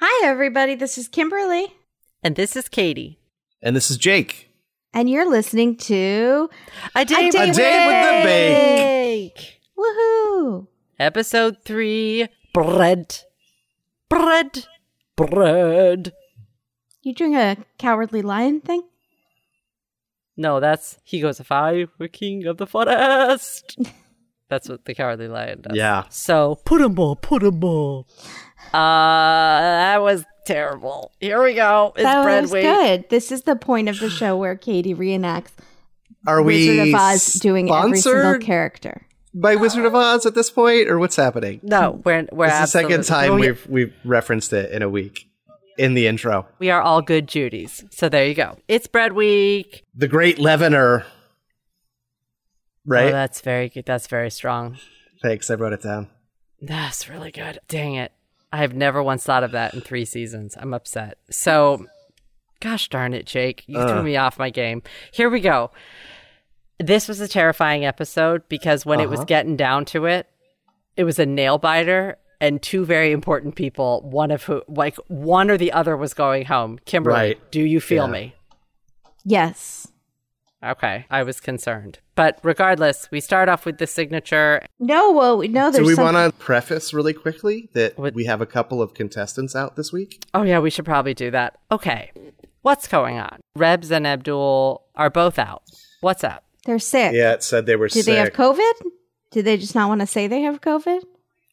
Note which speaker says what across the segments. Speaker 1: Hi, everybody. This is Kimberly,
Speaker 2: And this is Katie.
Speaker 3: And this is Jake.
Speaker 1: and you're listening to
Speaker 2: A day,
Speaker 1: Date
Speaker 3: with the Bake.
Speaker 2: Bake.
Speaker 1: Woohoo!
Speaker 2: Episode three Bread. Bread. Bread.
Speaker 1: You doing a cowardly lion thing?
Speaker 2: No, that's he goes, If I were king of the forest. that's what the cowardly lion does.
Speaker 3: Yeah.
Speaker 2: So put him all, put him all. Uh that was terrible. Here we go. It's
Speaker 1: that
Speaker 2: bread
Speaker 1: was
Speaker 2: week.
Speaker 1: good. This is the point of the show where Katie reenacts
Speaker 3: Are we
Speaker 1: Wizard of Oz doing every single
Speaker 3: sponsored
Speaker 1: character.
Speaker 3: by Wizard of Oz at this point, or what's happening?
Speaker 2: No, we're we're
Speaker 3: It's the second
Speaker 2: absolutely- Oh,
Speaker 3: time
Speaker 2: we-
Speaker 3: we've we've referenced it in a week in the intro.
Speaker 2: we are all good Judies. So there you go. It's bread week.
Speaker 3: The Great Leavener.
Speaker 2: Oh,
Speaker 3: Right?
Speaker 2: that's very good. That's very strong.
Speaker 3: Thanks. I wrote it down.
Speaker 2: That's really good. Dang it. I have never once thought of that in three seasons. I'm upset. So, gosh darn it, Jake. You threw
Speaker 3: Uh.
Speaker 2: me off my game. Here we go. This was a terrifying episode because when it was
Speaker 3: Uh-huh.
Speaker 2: getting down to it, it was a nail biter and two very important people, one of who, like, one or the other was going home. Kimberly,
Speaker 3: Right.
Speaker 2: do you feel
Speaker 3: Yeah.
Speaker 2: me?
Speaker 1: Yes.
Speaker 2: Okay. I was concerned. But regardless, we start off with the signature.
Speaker 1: No, well, no,
Speaker 3: Do
Speaker 1: Oh, there's
Speaker 3: we
Speaker 1: something-
Speaker 3: want to preface really quickly that
Speaker 2: What-
Speaker 3: we have a couple of contestants out this week?
Speaker 2: Oh, yeah, we should probably do that. Okay. What's going on? Rebs and Abdul are both out. What's up?
Speaker 1: They're sick.
Speaker 3: Yeah, it said they were
Speaker 1: Do
Speaker 3: sick.
Speaker 1: they have COVID? Do they just not want to say they have COVID?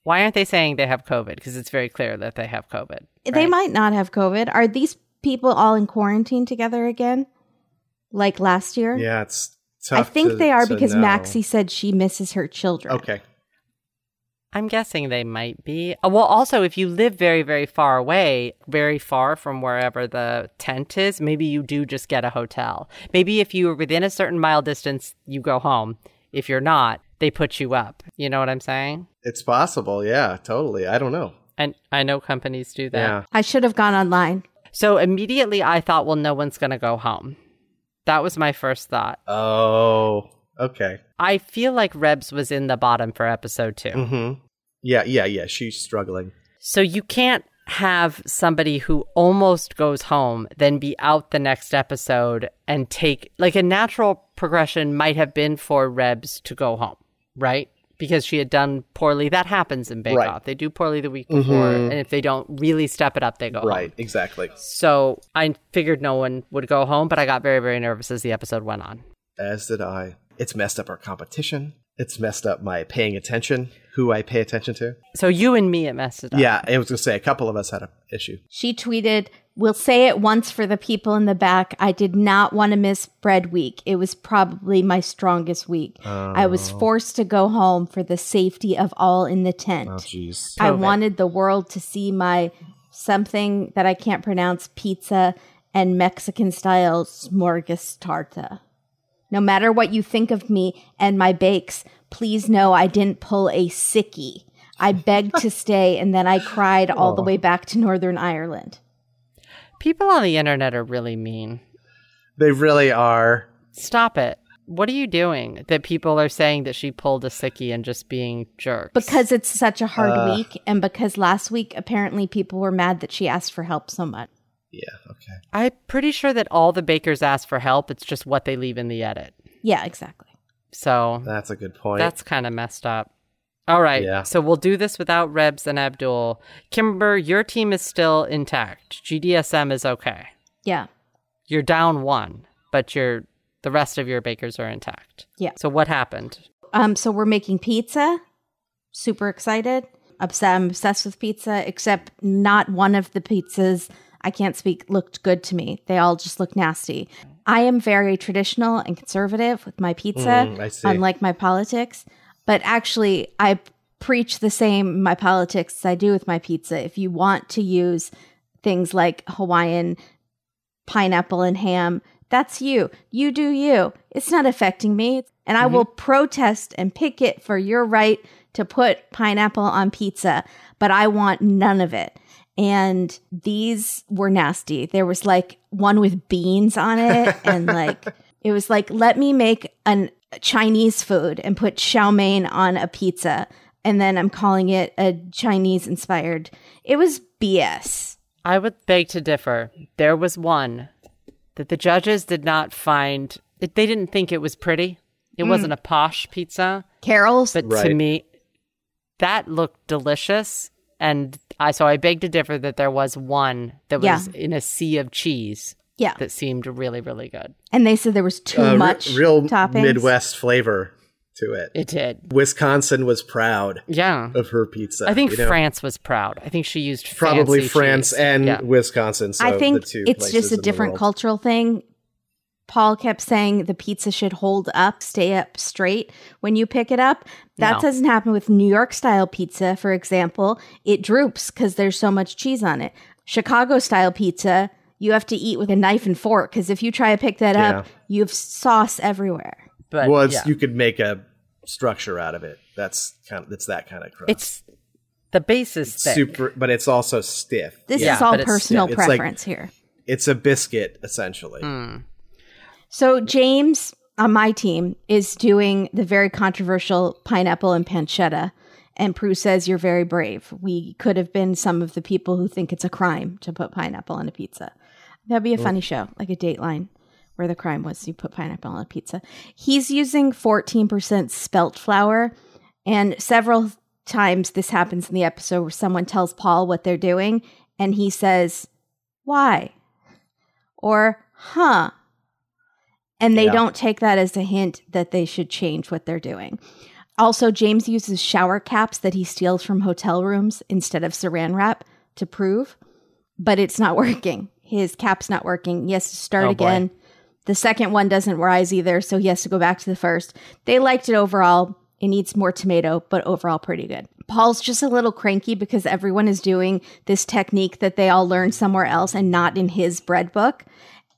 Speaker 2: Why aren't they saying they have COVID? Because it's very clear that they have COVID.
Speaker 1: They
Speaker 2: right?
Speaker 1: might not have COVID. Are these people all in quarantine together again? Like last year?
Speaker 3: yeah, it's
Speaker 1: I
Speaker 3: tough.
Speaker 1: think
Speaker 3: to-
Speaker 1: they are
Speaker 3: to
Speaker 1: because
Speaker 3: know.
Speaker 1: Maxie said she misses her children.
Speaker 3: Okay.
Speaker 2: I'm guessing they might be. Uh, Well, also, if you live very, very far away, very far from wherever the tent is, maybe you do just get a hotel. Maybe if you are within a certain mile distance, you go home. If you're not, they put you up. You know what I'm saying?
Speaker 3: It's possible. Yeah, totally. I don't know.
Speaker 2: And I know companies do that.
Speaker 3: Yeah.
Speaker 1: I should have gone online.
Speaker 2: So immediately I thought, well, no one's going to go home. That was my first thought.
Speaker 3: Oh, okay.
Speaker 2: I feel like Rebs was in the bottom for episode 2
Speaker 3: Mm-hmm. Yeah, yeah, yeah. She's struggling.
Speaker 2: So you can't have somebody who almost goes home then be out the next episode and take like a natural progression might have been for Rebs to go home, right? Because she had done poorly. That happens in Bake
Speaker 3: Right. Mm-hmm.
Speaker 2: Off. They do poorly the week before, and if they don't really step it up, they go home.
Speaker 3: Right, exactly.
Speaker 2: So I figured no one would go home, but I got very, very nervous as the episode went on.
Speaker 3: As did I. It's messed up our competition. It's messed up my paying attention, who I pay attention to.
Speaker 2: So you and me, it messed it up.
Speaker 3: Yeah, I was going to say a couple of us had a issue.
Speaker 1: She tweeted, We'll say it once for the people in the back. I did not want to miss bread week. It was probably my strongest week. I was
Speaker 3: Oh.
Speaker 1: forced to go home for the safety of all in the tent.
Speaker 3: jeez.
Speaker 1: I
Speaker 2: COVID.
Speaker 1: wanted the world to see my something that I can't pronounce pizza and Mexican style smorgastarta. No matter what you think of me and my bakes, please know I didn't pull a sickie. I begged to stay and then I cried all the way back to Northern Ireland.
Speaker 2: People on the internet are really mean.
Speaker 3: They really are.
Speaker 2: Stop it. What are you doing that people are saying that she pulled a sickie and just being jerks?
Speaker 1: Because it's such a hard week and because last week apparently people were mad that she asked for help so much.
Speaker 3: Yeah, okay.
Speaker 2: I'm pretty sure that all the bakers ask for help. It's just what they leave in the edit.
Speaker 1: Yeah, exactly.
Speaker 2: So
Speaker 3: That's a good point.
Speaker 2: that's kind of messed up. All right.
Speaker 3: Yeah.
Speaker 2: So we'll do this without Rebs and Abdul. Kimber, your team is still intact. GDSM is okay.
Speaker 1: Yeah.
Speaker 2: You're down one, but you're the rest of your bakers are intact.
Speaker 1: Yeah.
Speaker 2: So what happened?
Speaker 1: Um, so we're making pizza. Super excited. Obsessed. I'm obsessed with pizza, except not one of the pizzas I can't speak looked good to me. They all just look nasty. I am very traditional and conservative with my pizza,
Speaker 3: Mm, I see.
Speaker 1: unlike my politics. But actually, I preach the same in my politics as I do with my pizza. If you want to use things like Hawaiian pineapple and ham. That's you. You do you. It's not affecting me. And I will protest and picket for your right to put pineapple on pizza, but I want none of it. And these were nasty. There was like one with beans on it, and like it was like, let me make an Chinese food and put chow mein on a pizza. And then I'm calling it a Chinese inspired. It was BS.
Speaker 2: I would beg to differ. There was one that the judges did not find, they didn't think it was pretty. It wasn't a posh pizza,
Speaker 1: Carol's.
Speaker 2: but to
Speaker 3: Hmm. Right.
Speaker 2: me, that looked delicious. And I, so I beg to differ that there was one that was
Speaker 1: Yeah.
Speaker 2: in a sea of cheese
Speaker 1: yeah.
Speaker 2: that seemed really, really good.
Speaker 1: And they said there was too
Speaker 3: Uh, re-
Speaker 1: much
Speaker 3: real
Speaker 1: toppings.
Speaker 3: Midwest flavor to it.
Speaker 2: It did.
Speaker 3: Wisconsin was proud
Speaker 2: Yeah.
Speaker 3: of her pizza.
Speaker 2: I think
Speaker 3: you know?
Speaker 2: France was proud. I think she used
Speaker 3: probably
Speaker 2: fancy
Speaker 3: France
Speaker 2: cheese.
Speaker 3: and
Speaker 2: Yeah.
Speaker 3: Wisconsin. So
Speaker 1: I think
Speaker 3: the two
Speaker 1: it's
Speaker 3: places
Speaker 1: just a
Speaker 3: in the
Speaker 1: different
Speaker 3: world.
Speaker 1: cultural thing. Paul kept saying the pizza should hold up, stay up straight when you pick it up. That
Speaker 2: No.
Speaker 1: doesn't happen with New York style pizza, for example. It droops because there's so much cheese on it. Chicago style pizza, you have to eat with a knife and fork because if you try to pick that up, you have sauce everywhere.
Speaker 2: but
Speaker 3: Well, it's,
Speaker 2: yeah.
Speaker 3: you could make a structure out of it. That's kind. Of, it's that kind of crust.
Speaker 2: it's the base is thick.
Speaker 3: super, but it's also stiff.
Speaker 1: This
Speaker 2: Yeah,
Speaker 1: is all
Speaker 2: but it's-
Speaker 1: personal
Speaker 3: yeah, it's like-
Speaker 1: preference here.
Speaker 3: It's a biscuit essentially.
Speaker 2: Hmm.
Speaker 1: So James on my team is doing the very controversial pineapple and pancetta. And Prue says, You're very brave. We could have been some of the people who think it's a crime to put pineapple on a pizza. That'd be a funny show, like a dateline where the crime was you put pineapple on a pizza. He's using 14% spelt flour. And several times this happens in the episode where someone tells Paul what they're doing and he says, Why? Or, Huh. And they
Speaker 3: Yeah.
Speaker 1: don't take that as a hint that they should change what they're doing. Also, James uses shower caps that he steals from hotel rooms instead of saran wrap to prove, but it's not working. His cap's not working. He has to start
Speaker 2: Oh, boy.
Speaker 1: again. The second one doesn't rise either, so he has to go back to the first. They liked it overall. It needs more tomato, but overall pretty good. Paul's just a little cranky because everyone is doing this technique that they all learned somewhere else and not in his bread book.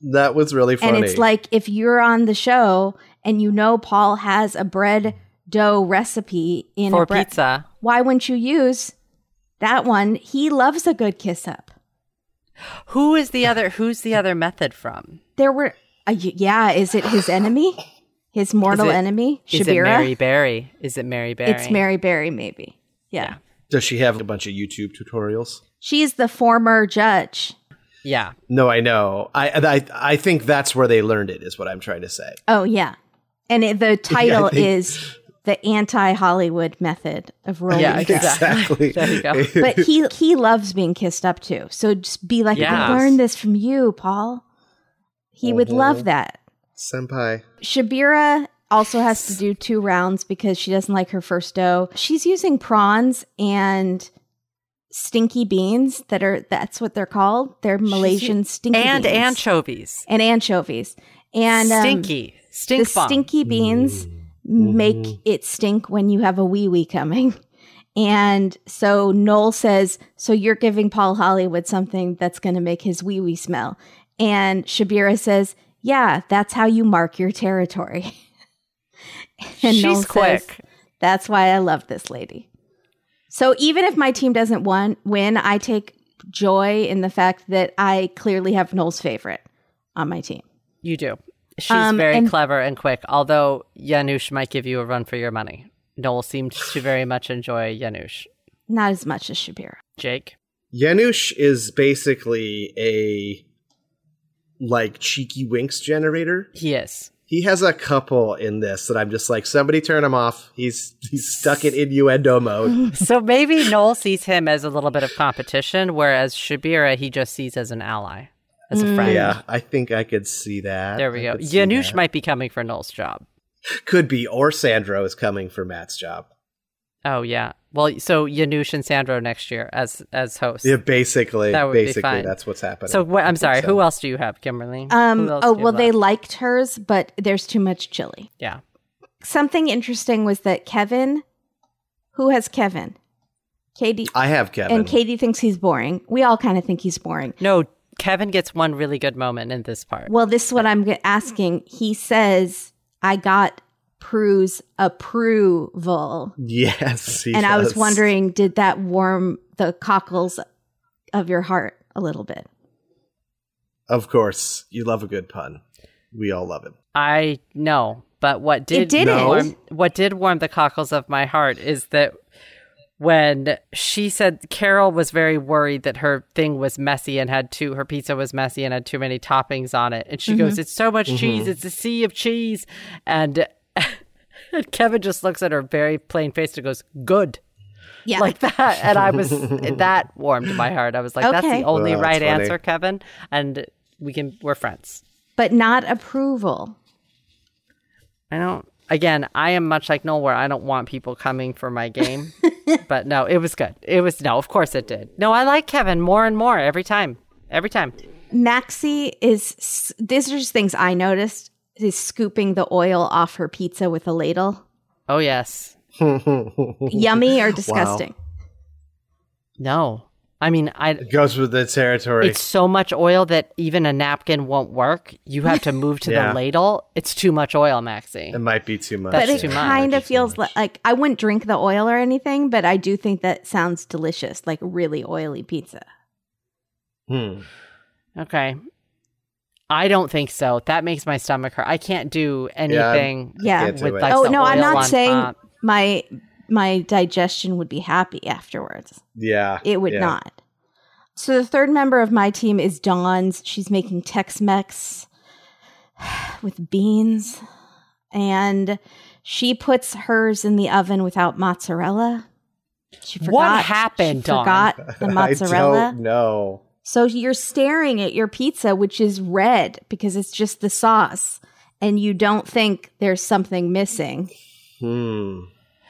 Speaker 3: That was really funny.
Speaker 1: And it's like if you're on the show and you know Paul has a bread dough recipe in
Speaker 2: for
Speaker 1: a bre-
Speaker 2: pizza.
Speaker 1: why wouldn't you use that one? He loves a good kiss up.
Speaker 2: Who is the other? Who's the other method from?
Speaker 1: There were, uh, yeah, is it his enemy? His mortal
Speaker 2: it-
Speaker 1: enemy,
Speaker 2: Is it
Speaker 1: Shabira.
Speaker 2: Mary Berry? Is it Mary Berry?
Speaker 1: It's Mary Berry, maybe. Yeah.
Speaker 3: Does she have a bunch of YouTube tutorials?
Speaker 1: She's the former judge.
Speaker 2: Yeah,
Speaker 3: No, I know. I, I I think that's where they learned it. Is what I'm trying to say.
Speaker 1: Oh, yeah. And it, the title
Speaker 3: think-
Speaker 1: is The Anti Hollywood Method of Rolling
Speaker 2: Yeah,
Speaker 1: yeah,
Speaker 2: Exactly.
Speaker 3: Exactly.
Speaker 2: There you go.
Speaker 1: But he he loves being kissed up too. So just be like,
Speaker 2: Yes.
Speaker 1: I learned this from you, Paul. He would love that.
Speaker 3: Senpai.
Speaker 1: Shabira also has to do two rounds because she doesn't like her first dough. She's using prawns and stinky beans that are that's what they're called. They're Malaysian stinky
Speaker 2: and
Speaker 1: beans.
Speaker 2: anchovies.
Speaker 1: and anchovies. And um,
Speaker 2: stinky,
Speaker 1: the
Speaker 2: stink bomb.
Speaker 1: stinky beans make it stink when you have a wee wee coming. And so Noel says, So you're giving Paul Hollywood something that's going to make his wee wee smell. And Shabira says, Yeah, that's how you mark your territory. and
Speaker 2: She's
Speaker 1: Noel
Speaker 2: quick.
Speaker 1: says, That's why I love this lady. So even if my team doesn't won- win, I take joy in the fact that I clearly have Noel's favorite on my team.
Speaker 2: you do. She's
Speaker 1: Um,
Speaker 2: very
Speaker 1: and-
Speaker 2: clever and quick. Although Yanush might give you a run for your money. Noel seemed to very much enjoy Yanush.
Speaker 1: Not as much as Shabira.
Speaker 2: Jake,
Speaker 3: Yanush is basically a like cheeky winks generator.
Speaker 2: he is.
Speaker 3: He has a couple in this that I'm just like, somebody turn him off. He's he's stuck in innuendo mode.
Speaker 2: So maybe Noel sees him as a little bit of competition, whereas Shabira he just sees as an ally, as
Speaker 1: Mm.
Speaker 2: a friend.
Speaker 3: yeah, I think I could see that.
Speaker 2: There we
Speaker 3: I
Speaker 2: go.
Speaker 3: could see
Speaker 2: Yanush
Speaker 3: that.
Speaker 2: might be coming for Noel's job.
Speaker 3: could be, or Sandro is coming for Matt's job.
Speaker 2: Oh yeah. Well, so Yanush and Sandro next year as as hosts.
Speaker 3: Yeah, basically,
Speaker 2: That would be
Speaker 3: basically,
Speaker 2: fine.
Speaker 3: that's what's happening.
Speaker 2: So wh- I'm sorry.
Speaker 3: so.
Speaker 2: Who else do you have, Kimberly?
Speaker 1: Um,
Speaker 2: Who else
Speaker 1: oh,
Speaker 2: do you
Speaker 1: well, they
Speaker 2: love?
Speaker 1: liked hers, but there's too much chili.
Speaker 2: yeah.
Speaker 1: Something interesting was that Kevin, who has Kevin? Katie.
Speaker 3: I have Kevin.
Speaker 1: And Katie thinks he's boring. We all kind of think he's boring.
Speaker 2: No, Kevin gets one really good moment in this part.
Speaker 1: Well, this is what I'm g- asking. He says, I got Prue's approval.
Speaker 3: yes, he
Speaker 1: and I was
Speaker 3: does.
Speaker 1: wondering, did that warm the cockles of your heart a little bit?
Speaker 3: Of course, you love a good pun. We all love it.
Speaker 2: I know, but what did
Speaker 1: didn't.
Speaker 2: warm what did warm the cockles of my heart is that when she said Carol was very worried that her thing was messy and had too her pizza was messy and had too many toppings on it. And she goes,
Speaker 1: Mm-hmm.
Speaker 2: It's so
Speaker 3: Mm-hmm.
Speaker 2: much cheese, it's a sea of cheese. And, and Kevin just looks at her very plain faced and goes, Good.
Speaker 1: Yeah.
Speaker 2: Like that. And I was that warmed my heart. I was like, That's
Speaker 1: Okay.
Speaker 2: the only
Speaker 3: Wow, that's
Speaker 2: right
Speaker 3: funny.
Speaker 2: answer, Kevin. And we can we're friends.
Speaker 1: but not approval.
Speaker 2: I don't. Again, I am much like Noel, where I don't want people coming for my game. but no, it was good. It was no, of course it did. No, I like Kevin more and more every time. Every time.
Speaker 1: Maxie is s- these are just things I noticed is scooping the oil off her pizza with a ladle.
Speaker 2: Oh yes. Oh.
Speaker 1: Yummy or disgusting?
Speaker 2: No. I mean, I.
Speaker 3: Goes with the territory.
Speaker 2: It's so much oil that even a napkin won't work. You have to move to
Speaker 3: Yeah. Um,
Speaker 2: the ladle. It's too much oil, Maxie.
Speaker 3: it might be too much.
Speaker 1: But
Speaker 2: That's
Speaker 1: it
Speaker 2: too much.
Speaker 1: kind of feels li- like I wouldn't drink the oil or anything, but I do think that sounds delicious, like really oily pizza.
Speaker 3: Hmm.
Speaker 2: Okay. I don't think so. That makes my stomach hurt. I can't do
Speaker 3: Yeah.
Speaker 2: anything.
Speaker 1: Yeah.
Speaker 3: Can't do
Speaker 2: With,
Speaker 3: it.
Speaker 2: like-
Speaker 1: oh
Speaker 2: some
Speaker 1: no, I'm
Speaker 2: oil
Speaker 1: not
Speaker 2: on
Speaker 1: saying
Speaker 2: top.
Speaker 1: my my digestion would be happy afterwards.
Speaker 3: yeah.
Speaker 1: It would
Speaker 3: yeah.
Speaker 1: not. So the third member of my team is Dawn's. She's making Tex-Mex with beans, and she puts hers in the oven without mozzarella. She
Speaker 2: What
Speaker 1: forgot.
Speaker 2: happened,
Speaker 1: she
Speaker 2: Dawn?
Speaker 1: Forgot the
Speaker 3: I
Speaker 1: mozzarella.
Speaker 3: don't know.
Speaker 1: So you're staring at your pizza, which is red because it's just the sauce, and you don't think there's something missing.
Speaker 3: Hmm.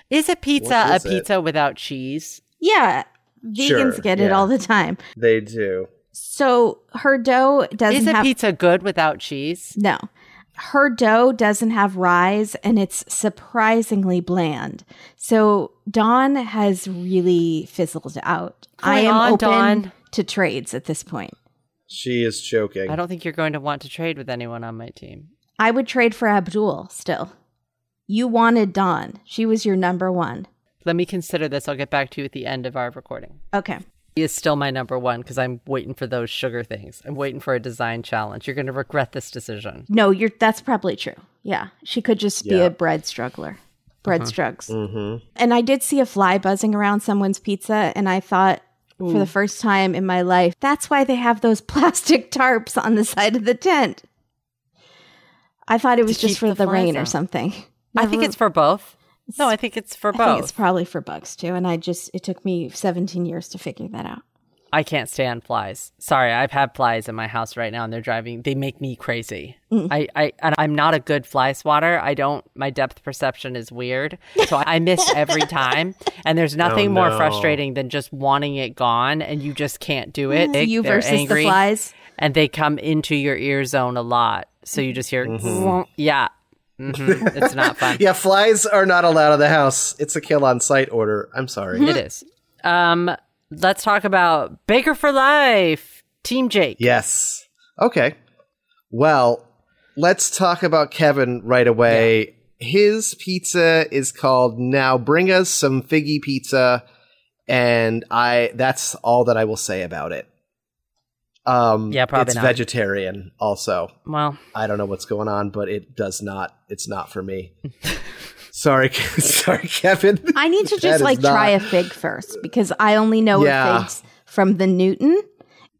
Speaker 2: Is a pizza
Speaker 3: What is
Speaker 2: a
Speaker 3: it?
Speaker 2: pizza without cheese?
Speaker 1: Yeah, vegans
Speaker 3: Sure,
Speaker 1: get it
Speaker 3: yeah.
Speaker 1: all the time.
Speaker 3: They do.
Speaker 1: So her dough doesn't
Speaker 2: Is a
Speaker 1: have
Speaker 2: pizza good without cheese?
Speaker 1: no. Her dough doesn't have rise and it's surprisingly bland. So Dawn has really fizzled out. I
Speaker 2: Going
Speaker 1: am
Speaker 2: on,
Speaker 1: open
Speaker 2: Dawn.
Speaker 1: to trades at this point.
Speaker 3: She is joking.
Speaker 2: I don't think you're going to want to trade with anyone on my team.
Speaker 1: I would trade for Abdul still. You wanted Dawn. She was your number one.
Speaker 2: Let me consider this. I'll get back to you at the end of our recording.
Speaker 1: Okay.
Speaker 2: He is still my number one because I'm waiting for those sugar things. I'm waiting for a design challenge. You're going to regret this decision.
Speaker 1: No, you're that's probably true. Yeah. She could just be
Speaker 3: Yeah.
Speaker 1: a bread struggler.
Speaker 2: Uh-huh.
Speaker 1: Bread strugs.
Speaker 3: Mm-hmm.
Speaker 1: And I did see a fly buzzing around someone's pizza, and I thought for the first time in my life, that's why they have those plastic tarps on the side of the tent. I thought it was
Speaker 2: keep
Speaker 1: just for
Speaker 2: the
Speaker 1: the,
Speaker 2: flies
Speaker 1: rain or
Speaker 2: out.
Speaker 1: something.
Speaker 2: I think it's for both. No, I think it's for
Speaker 1: I
Speaker 2: both.
Speaker 1: think it's probably for bugs too, and I just it took me 17 years to figure that out.
Speaker 2: I can't stand flies. Sorry, I've had flies in my house right now and they're driving they make me crazy.
Speaker 1: Mm.
Speaker 2: I, I and I'm not a good fly swatter. I don't my depth perception is weird. So I miss every time. And there's nothing more
Speaker 3: no.
Speaker 2: frustrating than just wanting it gone and you just can't do it. They-
Speaker 1: Mm-hmm. you
Speaker 2: they're
Speaker 1: versus
Speaker 2: angry
Speaker 1: the flies.
Speaker 2: and they come into your ear zone a lot. So you just hear "Wonk." yeah. hmm It's not fun.
Speaker 3: Yeah, flies are not allowed in the house. It's a kill on sight order.
Speaker 1: Mm-hmm.
Speaker 3: I'm sorry.
Speaker 2: It is. Um let's talk about Baker for Life. Team Jake.
Speaker 3: Yes. Okay. Well, let's talk about Kevin right away. His pizza is called Now Bring Us Some Figgy Pizza, and I that's all that I will say about it. Um
Speaker 2: Yeah, probably
Speaker 3: it's
Speaker 2: not.
Speaker 3: vegetarian also.
Speaker 2: Well,
Speaker 3: I don't know what's going on, but it does not it's not for me. sorry, Ke- sorry Kevin.
Speaker 1: I need to
Speaker 3: That is
Speaker 1: just like try a
Speaker 3: not-
Speaker 1: fig first because I only know
Speaker 3: Yeah.
Speaker 1: of figs from the Newton.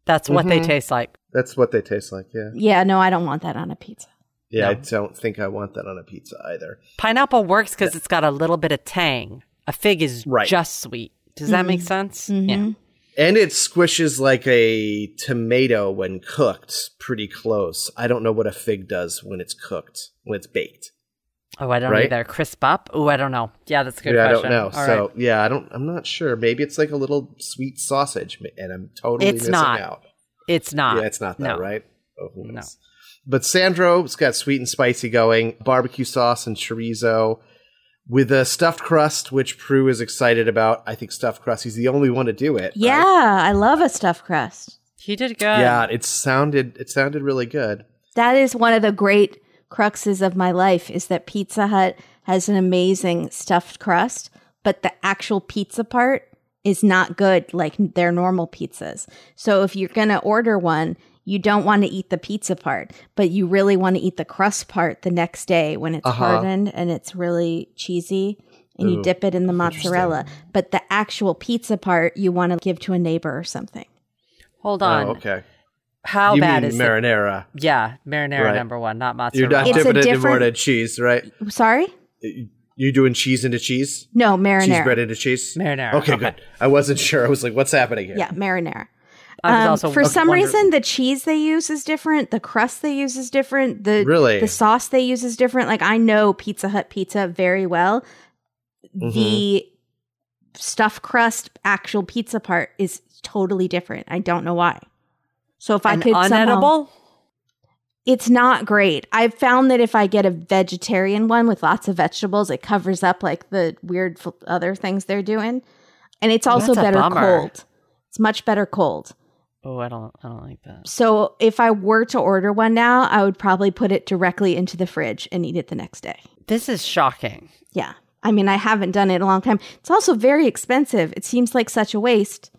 Speaker 2: that's what
Speaker 3: Mm-hmm.
Speaker 2: they taste like.
Speaker 3: That's what they taste like, yeah.
Speaker 1: Yeah, no, I don't want that on a pizza.
Speaker 3: Yeah, I
Speaker 2: No.
Speaker 3: don't think I want that on a pizza either.
Speaker 2: Pineapple works because it's got a little bit of tang. A fig is
Speaker 3: Right. Mm-hmm.
Speaker 2: just sweet. Does that make sense? Yeah.
Speaker 3: And it squishes like a tomato when cooked pretty close. I don't know what a fig does when it's cooked, when it's baked.
Speaker 2: Oh, I don't
Speaker 3: Right?
Speaker 2: either. Crisp up? Oh, I don't know. Yeah, that's a good
Speaker 3: yeah,
Speaker 2: question.
Speaker 3: I don't know.
Speaker 2: All
Speaker 3: so,
Speaker 2: right.
Speaker 3: yeah, I don't I'm not sure. Maybe it's like a little sweet sausage ma- and I'm totally
Speaker 2: It's
Speaker 3: missing
Speaker 2: not.
Speaker 3: out.
Speaker 2: it's not.
Speaker 3: yeah, it's not that,
Speaker 2: no.
Speaker 3: right? Oh, who
Speaker 2: No.
Speaker 3: knows? But Sandro's got sweet and spicy going, barbecue sauce and chorizo with a stuffed crust, which Prue is excited about. I think stuffed crust, he's the only one to do it. right?
Speaker 1: Yeah, I love a stuffed crust.
Speaker 2: He did good.
Speaker 3: Yeah, it sounded it sounded really good.
Speaker 1: That is one of the great cruxes of my life is that Pizza Hut has an amazing stuffed crust, but the actual pizza part is not good like their normal pizzas. So if you're going to order one, you don't want to eat the pizza part, but you really want to eat the crust part the next day when it's
Speaker 3: Uh-huh.
Speaker 1: hardened and it's really cheesy. and you
Speaker 3: Ooh,
Speaker 1: dip it in the mozzarella. But the actual pizza part you want to give to a neighbor or something.
Speaker 2: Hold on.
Speaker 3: Oh, okay.
Speaker 2: How
Speaker 3: you
Speaker 2: bad
Speaker 3: mean
Speaker 2: is it?
Speaker 3: marinara?
Speaker 2: Yeah, marinara
Speaker 3: Right.
Speaker 2: number one, not
Speaker 3: You're
Speaker 2: mozzarella.
Speaker 3: not
Speaker 1: It's a
Speaker 3: dipping it in more
Speaker 1: different-
Speaker 3: than cheese, right?
Speaker 1: Sorry?
Speaker 3: You doing cheese into cheese?
Speaker 1: No,
Speaker 3: Cheese
Speaker 1: marinara.
Speaker 3: bread into cheese?
Speaker 2: Marinara,
Speaker 3: Okay,
Speaker 2: okay.
Speaker 3: good. I wasn't sure. I was like, what's happening here?
Speaker 1: yeah, marinara.
Speaker 2: I
Speaker 1: Um,
Speaker 2: was Uh, also
Speaker 1: for some
Speaker 2: wondering-
Speaker 1: reason, the cheese they use is different. The crust they use is different. The
Speaker 3: Really?
Speaker 1: the sauce they use is different. Like I know Pizza Hut pizza very well.
Speaker 3: Mm-hmm.
Speaker 1: The stuffed crust, actual pizza part is totally different. I don't know why. So if I
Speaker 2: An
Speaker 1: could somehow,
Speaker 2: unedible.
Speaker 1: it's not great. I've found that if I get a vegetarian one with lots of vegetables, it covers up like the weird f- other things they're doing, and it's also
Speaker 2: That's a
Speaker 1: better
Speaker 2: bummer.
Speaker 1: cold. It's much better cold.
Speaker 2: Oh, I don't, I don't like that.
Speaker 1: So if I were to order one now, I would probably put it directly into the fridge and eat it the next day.
Speaker 2: This is shocking.
Speaker 1: Yeah. I mean, I haven't done it in a long time. It's also very expensive. It seems like such a waste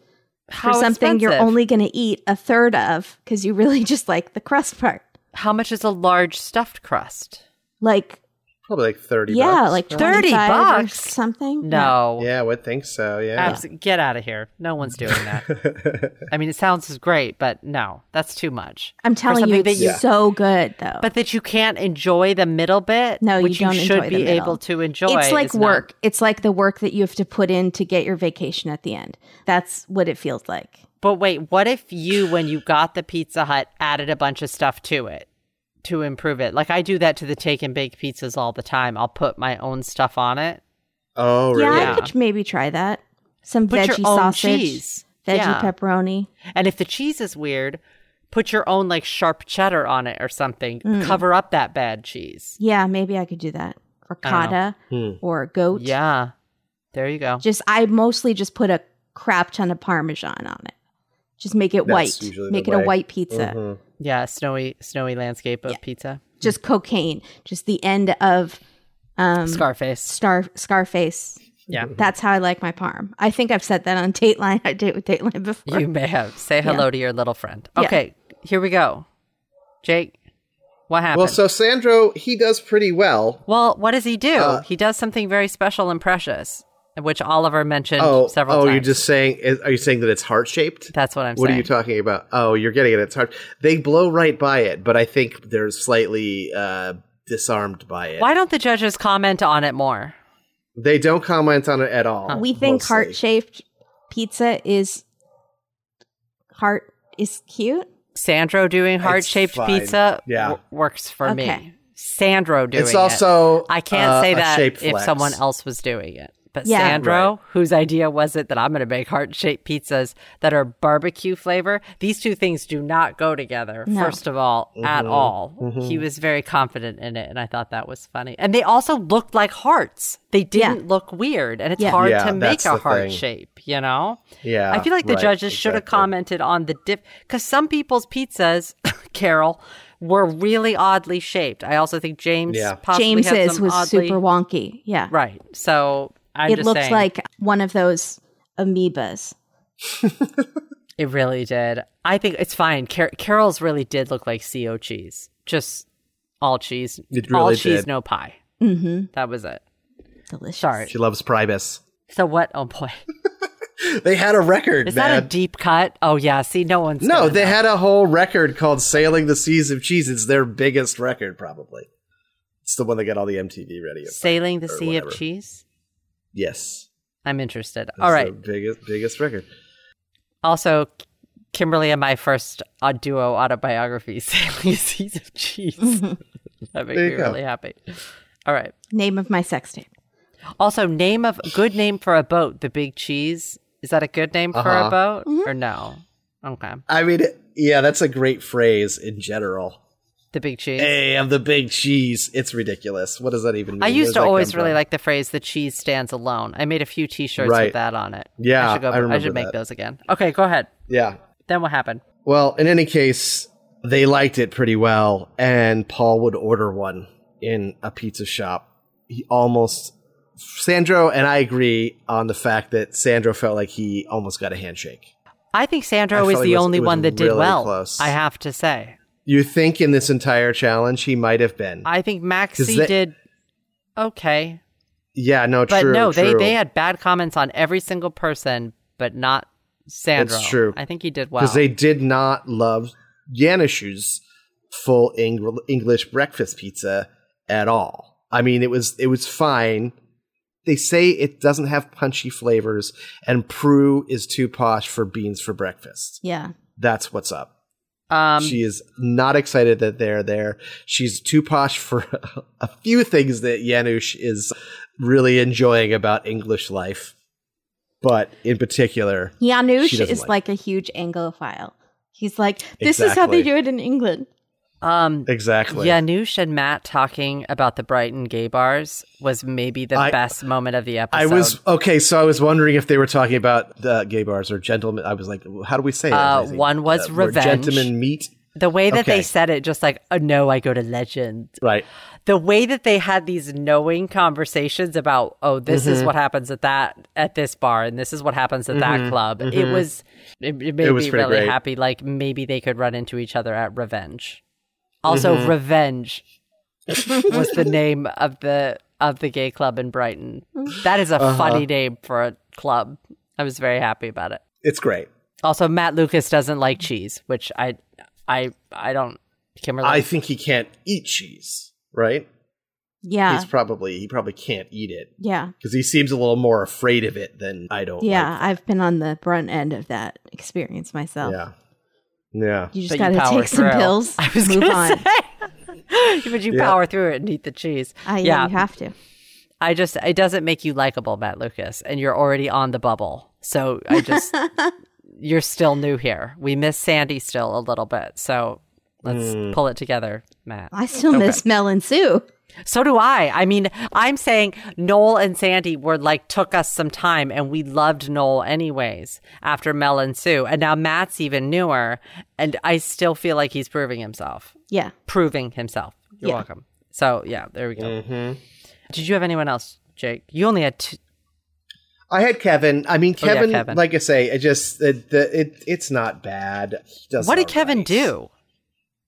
Speaker 2: How
Speaker 1: for something you're
Speaker 2: expensive?
Speaker 1: only going to eat a third of because you really just like the crust part.
Speaker 2: How much is a large stuffed crust?
Speaker 1: Like,
Speaker 3: Probably like 30
Speaker 1: yeah,
Speaker 3: bucks,
Speaker 1: like
Speaker 3: right?
Speaker 2: 30
Speaker 1: 30 bucks
Speaker 2: bucks?
Speaker 1: or something.
Speaker 2: No.
Speaker 3: Yeah, I would think so. Yeah.
Speaker 2: Abs- Get out of here. No one's doing that. I mean, it sounds great, but no, that's too much.
Speaker 1: I'm telling you,
Speaker 2: something that
Speaker 1: it's
Speaker 2: you-
Speaker 1: so good though.
Speaker 2: But that you can't enjoy the middle bit,
Speaker 1: No, you
Speaker 2: which
Speaker 1: don't
Speaker 2: should
Speaker 1: enjoy the
Speaker 2: be
Speaker 1: middle.
Speaker 2: able to enjoy.
Speaker 1: it's like
Speaker 2: is not-
Speaker 1: work. It's like the work that you have to put in to get your vacation at the end. That's what it feels like.
Speaker 2: But wait, what if you, when you got the Pizza Hut, added a bunch of stuff to it to improve it? Like I do that to the take and bake pizzas all the time. I'll put my own stuff on it,
Speaker 3: oh, really?
Speaker 1: Yeah,
Speaker 2: Yeah.
Speaker 1: I could maybe try that. Some
Speaker 2: Put your
Speaker 1: veggie
Speaker 2: own
Speaker 1: sausage,
Speaker 2: cheese.
Speaker 1: veggie
Speaker 2: Yeah.
Speaker 1: pepperoni.
Speaker 2: and if the cheese is weird, put your own like sharp cheddar on it or something.
Speaker 1: Mm.
Speaker 2: Cover up that bad cheese.
Speaker 1: Yeah, maybe I could do that. Or
Speaker 2: I don't
Speaker 1: cotta
Speaker 3: Hmm.
Speaker 1: or goat.
Speaker 2: Yeah, there you go.
Speaker 1: Just I mostly just put a crap ton of parmesan on it. Just make it
Speaker 3: That's
Speaker 1: white.
Speaker 3: usually the
Speaker 1: Make it a
Speaker 3: way. Mm-hmm.
Speaker 1: white pizza.
Speaker 2: Yeah, snowy, snowy landscape of pizza.
Speaker 1: Just cocaine. Just the end of um
Speaker 2: Scarface.
Speaker 1: star Scarface.
Speaker 2: Yeah.
Speaker 1: That's how I like my parm. I think I've said that on Dateline. I date with Dateline before.
Speaker 2: You may have. Say hello to your little friend. Okay, here we go. Jake, what happened?
Speaker 3: Well, so Sandro, he does pretty well.
Speaker 2: Well, what does he do?
Speaker 3: Uh,
Speaker 2: he does something very special and precious, which Oliver mentioned
Speaker 3: Oh,
Speaker 2: several
Speaker 3: oh,
Speaker 2: times.
Speaker 3: you're just saying? is- Are you saying that it's heart shaped?
Speaker 2: That's what I'm
Speaker 3: What are
Speaker 2: saying.
Speaker 3: you talking about? Oh, you're getting it. It's hard. They blow right by it, but I think they're slightly uh, disarmed by it.
Speaker 2: Why don't the judges comment on it more?
Speaker 3: They don't comment on it at all.
Speaker 1: we think
Speaker 3: mostly.
Speaker 1: heart shaped pizza is heart is cute.
Speaker 2: Sandro doing heart shaped
Speaker 3: fine.
Speaker 2: pizza
Speaker 3: Yeah.
Speaker 2: w- works for me.
Speaker 1: Okay.
Speaker 2: Sandro doing
Speaker 3: It's
Speaker 2: it.
Speaker 3: also,
Speaker 2: I can't
Speaker 3: uh,
Speaker 2: say
Speaker 3: a
Speaker 2: that
Speaker 3: shape
Speaker 2: if
Speaker 3: flex.
Speaker 2: someone else was doing it. But
Speaker 1: Yeah.
Speaker 2: Sandro, whose idea was it that I'm going to make heart shaped pizzas that are barbecue flavor? These two things do not go together,
Speaker 1: No.
Speaker 2: first of all,
Speaker 3: Mm-hmm.
Speaker 2: at all. He was very confident in it, and I thought that was funny. And they also looked like hearts. They didn't look weird, and it's
Speaker 1: Yeah.
Speaker 2: hard
Speaker 3: Yeah,
Speaker 2: to make
Speaker 3: that's
Speaker 2: a
Speaker 3: the
Speaker 2: heart
Speaker 3: thing.
Speaker 2: shape, you know?
Speaker 3: Yeah,
Speaker 2: I feel like the
Speaker 3: right,
Speaker 2: judges should have
Speaker 3: exactly.
Speaker 2: commented on the diff because some people's pizzas, Carol, were really oddly shaped. I also think James
Speaker 3: Yeah.
Speaker 2: possibly had
Speaker 1: James's
Speaker 2: some
Speaker 1: was
Speaker 2: oddly-
Speaker 1: super wonky. Yeah.
Speaker 2: right. So I'm
Speaker 1: it
Speaker 2: just
Speaker 1: looked
Speaker 2: saying,
Speaker 1: like one of those amoebas.
Speaker 2: it really did. I think it's fine. Car- Carol's really did look like co cheese, just all cheese,
Speaker 3: It
Speaker 2: all
Speaker 3: really
Speaker 2: cheese,
Speaker 3: did.
Speaker 2: no pie.
Speaker 1: Mm-hmm.
Speaker 2: That was it.
Speaker 1: Delicious.
Speaker 2: Sorry.
Speaker 3: She loves Primus.
Speaker 2: So what? Oh boy,
Speaker 3: They had a record,
Speaker 2: is
Speaker 3: man.
Speaker 2: that a deep cut? Oh yeah. See, no one's
Speaker 3: no,
Speaker 2: gonna
Speaker 3: they
Speaker 2: know.
Speaker 3: had a whole record called "Sailing the Seas of Cheese." It's their biggest record, probably. It's the one that got all the MTV radio.
Speaker 2: sailing the
Speaker 3: or
Speaker 2: sea
Speaker 3: whatever.
Speaker 2: of cheese.
Speaker 3: Yes,
Speaker 2: I'm interested.
Speaker 3: It's
Speaker 2: All right.
Speaker 3: the biggest biggest record.
Speaker 2: Also, Kimberly and my first uh, duo autobiography, Sailing Seas of Cheese. that makes
Speaker 3: There
Speaker 2: me
Speaker 3: you go.
Speaker 2: really happy. All right.
Speaker 1: Name of my sex tape.
Speaker 2: Also, name of good name for a boat, the Big Cheese. Is that a good name for a
Speaker 3: Uh-huh.
Speaker 2: boat or no? Okay,
Speaker 3: I mean, yeah, that's a great phrase in general.
Speaker 2: the Big Cheese.
Speaker 3: Hey, I'm the big cheese. It's ridiculous. What does that even mean?
Speaker 2: I
Speaker 3: Where
Speaker 2: used
Speaker 3: does
Speaker 2: to
Speaker 3: that
Speaker 2: always
Speaker 3: come
Speaker 2: really
Speaker 3: from?
Speaker 2: like the phrase "the cheese stands alone." I made a few T-shirts
Speaker 3: Right.
Speaker 2: with that on it.
Speaker 3: Yeah,
Speaker 2: I should go.
Speaker 3: I remember
Speaker 2: should make
Speaker 3: that.
Speaker 2: those again. Okay, go ahead.
Speaker 3: Yeah.
Speaker 2: Then what happened?
Speaker 3: Well, in any case, they liked it pretty well, and Paul would order one in a pizza shop. He almost. Sandro and I agree on the fact that Sandro felt like he almost got a handshake.
Speaker 2: I think Sandro
Speaker 3: I
Speaker 2: is
Speaker 3: felt
Speaker 2: the
Speaker 3: it was-
Speaker 2: only
Speaker 3: it was
Speaker 2: one that did
Speaker 3: really
Speaker 2: well.
Speaker 3: close.
Speaker 2: I have to say.
Speaker 3: You think in this entire challenge he might have been.
Speaker 2: I think Maxie
Speaker 3: they-
Speaker 2: did okay.
Speaker 3: Yeah, no,
Speaker 2: But
Speaker 3: true.
Speaker 2: no, they
Speaker 3: true.
Speaker 2: they had bad comments on every single person, but not Sandro.
Speaker 3: That's true.
Speaker 2: I think he did well.
Speaker 3: because they did not love Yanish's full Eng- English breakfast pizza at all. I mean, it was it was fine. They say it doesn't have punchy flavors, and Prue is too posh for beans for breakfast.
Speaker 1: Yeah.
Speaker 3: That's what's up.
Speaker 2: um,
Speaker 3: she is not excited that they're there. She's too posh for a few things that Yanush is really enjoying about English life, but in particular, She
Speaker 1: Yanush
Speaker 3: doesn't
Speaker 1: is
Speaker 3: like
Speaker 1: like a huge Anglophile. He's like, this is how they
Speaker 3: Exactly.
Speaker 1: do it in England.
Speaker 2: um,
Speaker 3: exactly.
Speaker 2: Yanush and Matt talking about the Brighton gay bars was maybe the
Speaker 3: I-
Speaker 2: best moment of the episode.
Speaker 3: I was okay, so I was wondering if they were talking about the gay bars or gentlemen. I was like, how do we say it?
Speaker 2: Uh,
Speaker 3: Is it,
Speaker 2: one was
Speaker 3: where
Speaker 2: revenge.
Speaker 3: Gentlemen meet,
Speaker 2: the way that
Speaker 3: okay.
Speaker 2: they said it, just like, oh no, I go to legend.
Speaker 3: right?
Speaker 2: the way that they had these knowing conversations about oh this
Speaker 3: Mm-hmm.
Speaker 2: is what happens at that at this bar and this is what happens at that club it was it, it made
Speaker 3: Mm-hmm. It was
Speaker 2: me
Speaker 3: pretty
Speaker 2: really
Speaker 3: great.
Speaker 2: happy like maybe they could run into each other at revenge also
Speaker 3: Mm-hmm.
Speaker 2: revenge was the name of the of the gay club in brighton that is a
Speaker 3: Uh-huh.
Speaker 2: funny name for a club i was very happy about it
Speaker 3: It's great.
Speaker 2: also matt lucas doesn't like cheese which i i i don't kimberly
Speaker 3: I think he can't eat cheese, right?
Speaker 1: Yeah.
Speaker 3: He's probably he probably can't eat it
Speaker 1: yeah.
Speaker 3: because he seems a little more afraid of it than I don't.
Speaker 1: Yeah.
Speaker 3: like.
Speaker 1: I've been on the brunt end of that experience myself.
Speaker 3: yeah, yeah.
Speaker 1: You just
Speaker 2: But
Speaker 1: got
Speaker 2: you
Speaker 1: to
Speaker 2: power
Speaker 1: take some
Speaker 2: through.
Speaker 1: pills.
Speaker 2: I was
Speaker 1: move
Speaker 2: gonna
Speaker 1: on.
Speaker 2: say. but you
Speaker 3: Yeah.
Speaker 2: power through it and eat the cheese.
Speaker 1: I, yeah,
Speaker 2: yeah,
Speaker 1: you have to.
Speaker 2: I just it doesn't make you likable, Matt Lucas, and you're already on the bubble. So I just you're still new here. We miss Sandy still a little bit, so let's pull it together, Matt.
Speaker 1: I still miss Mel and Sue.
Speaker 2: So do I. I mean, I'm saying Noel and Sandy were like took us some time, and we loved Noel anyways after Mel and Sue, and now Matt's even newer, and I still feel like he's proving himself
Speaker 1: Yeah.
Speaker 2: proving himself. You're
Speaker 1: Yeah.
Speaker 2: welcome. Mm-hmm. So yeah, there we go. Did you have anyone else, Jake? You only had two.
Speaker 3: I had Kevin. I mean,
Speaker 2: Oh, yeah,
Speaker 3: Kevin.
Speaker 2: Kevin.
Speaker 3: Like I say, it just it, the, it it's not bad. He does
Speaker 2: what did
Speaker 3: all
Speaker 2: Kevin
Speaker 3: right.
Speaker 2: do?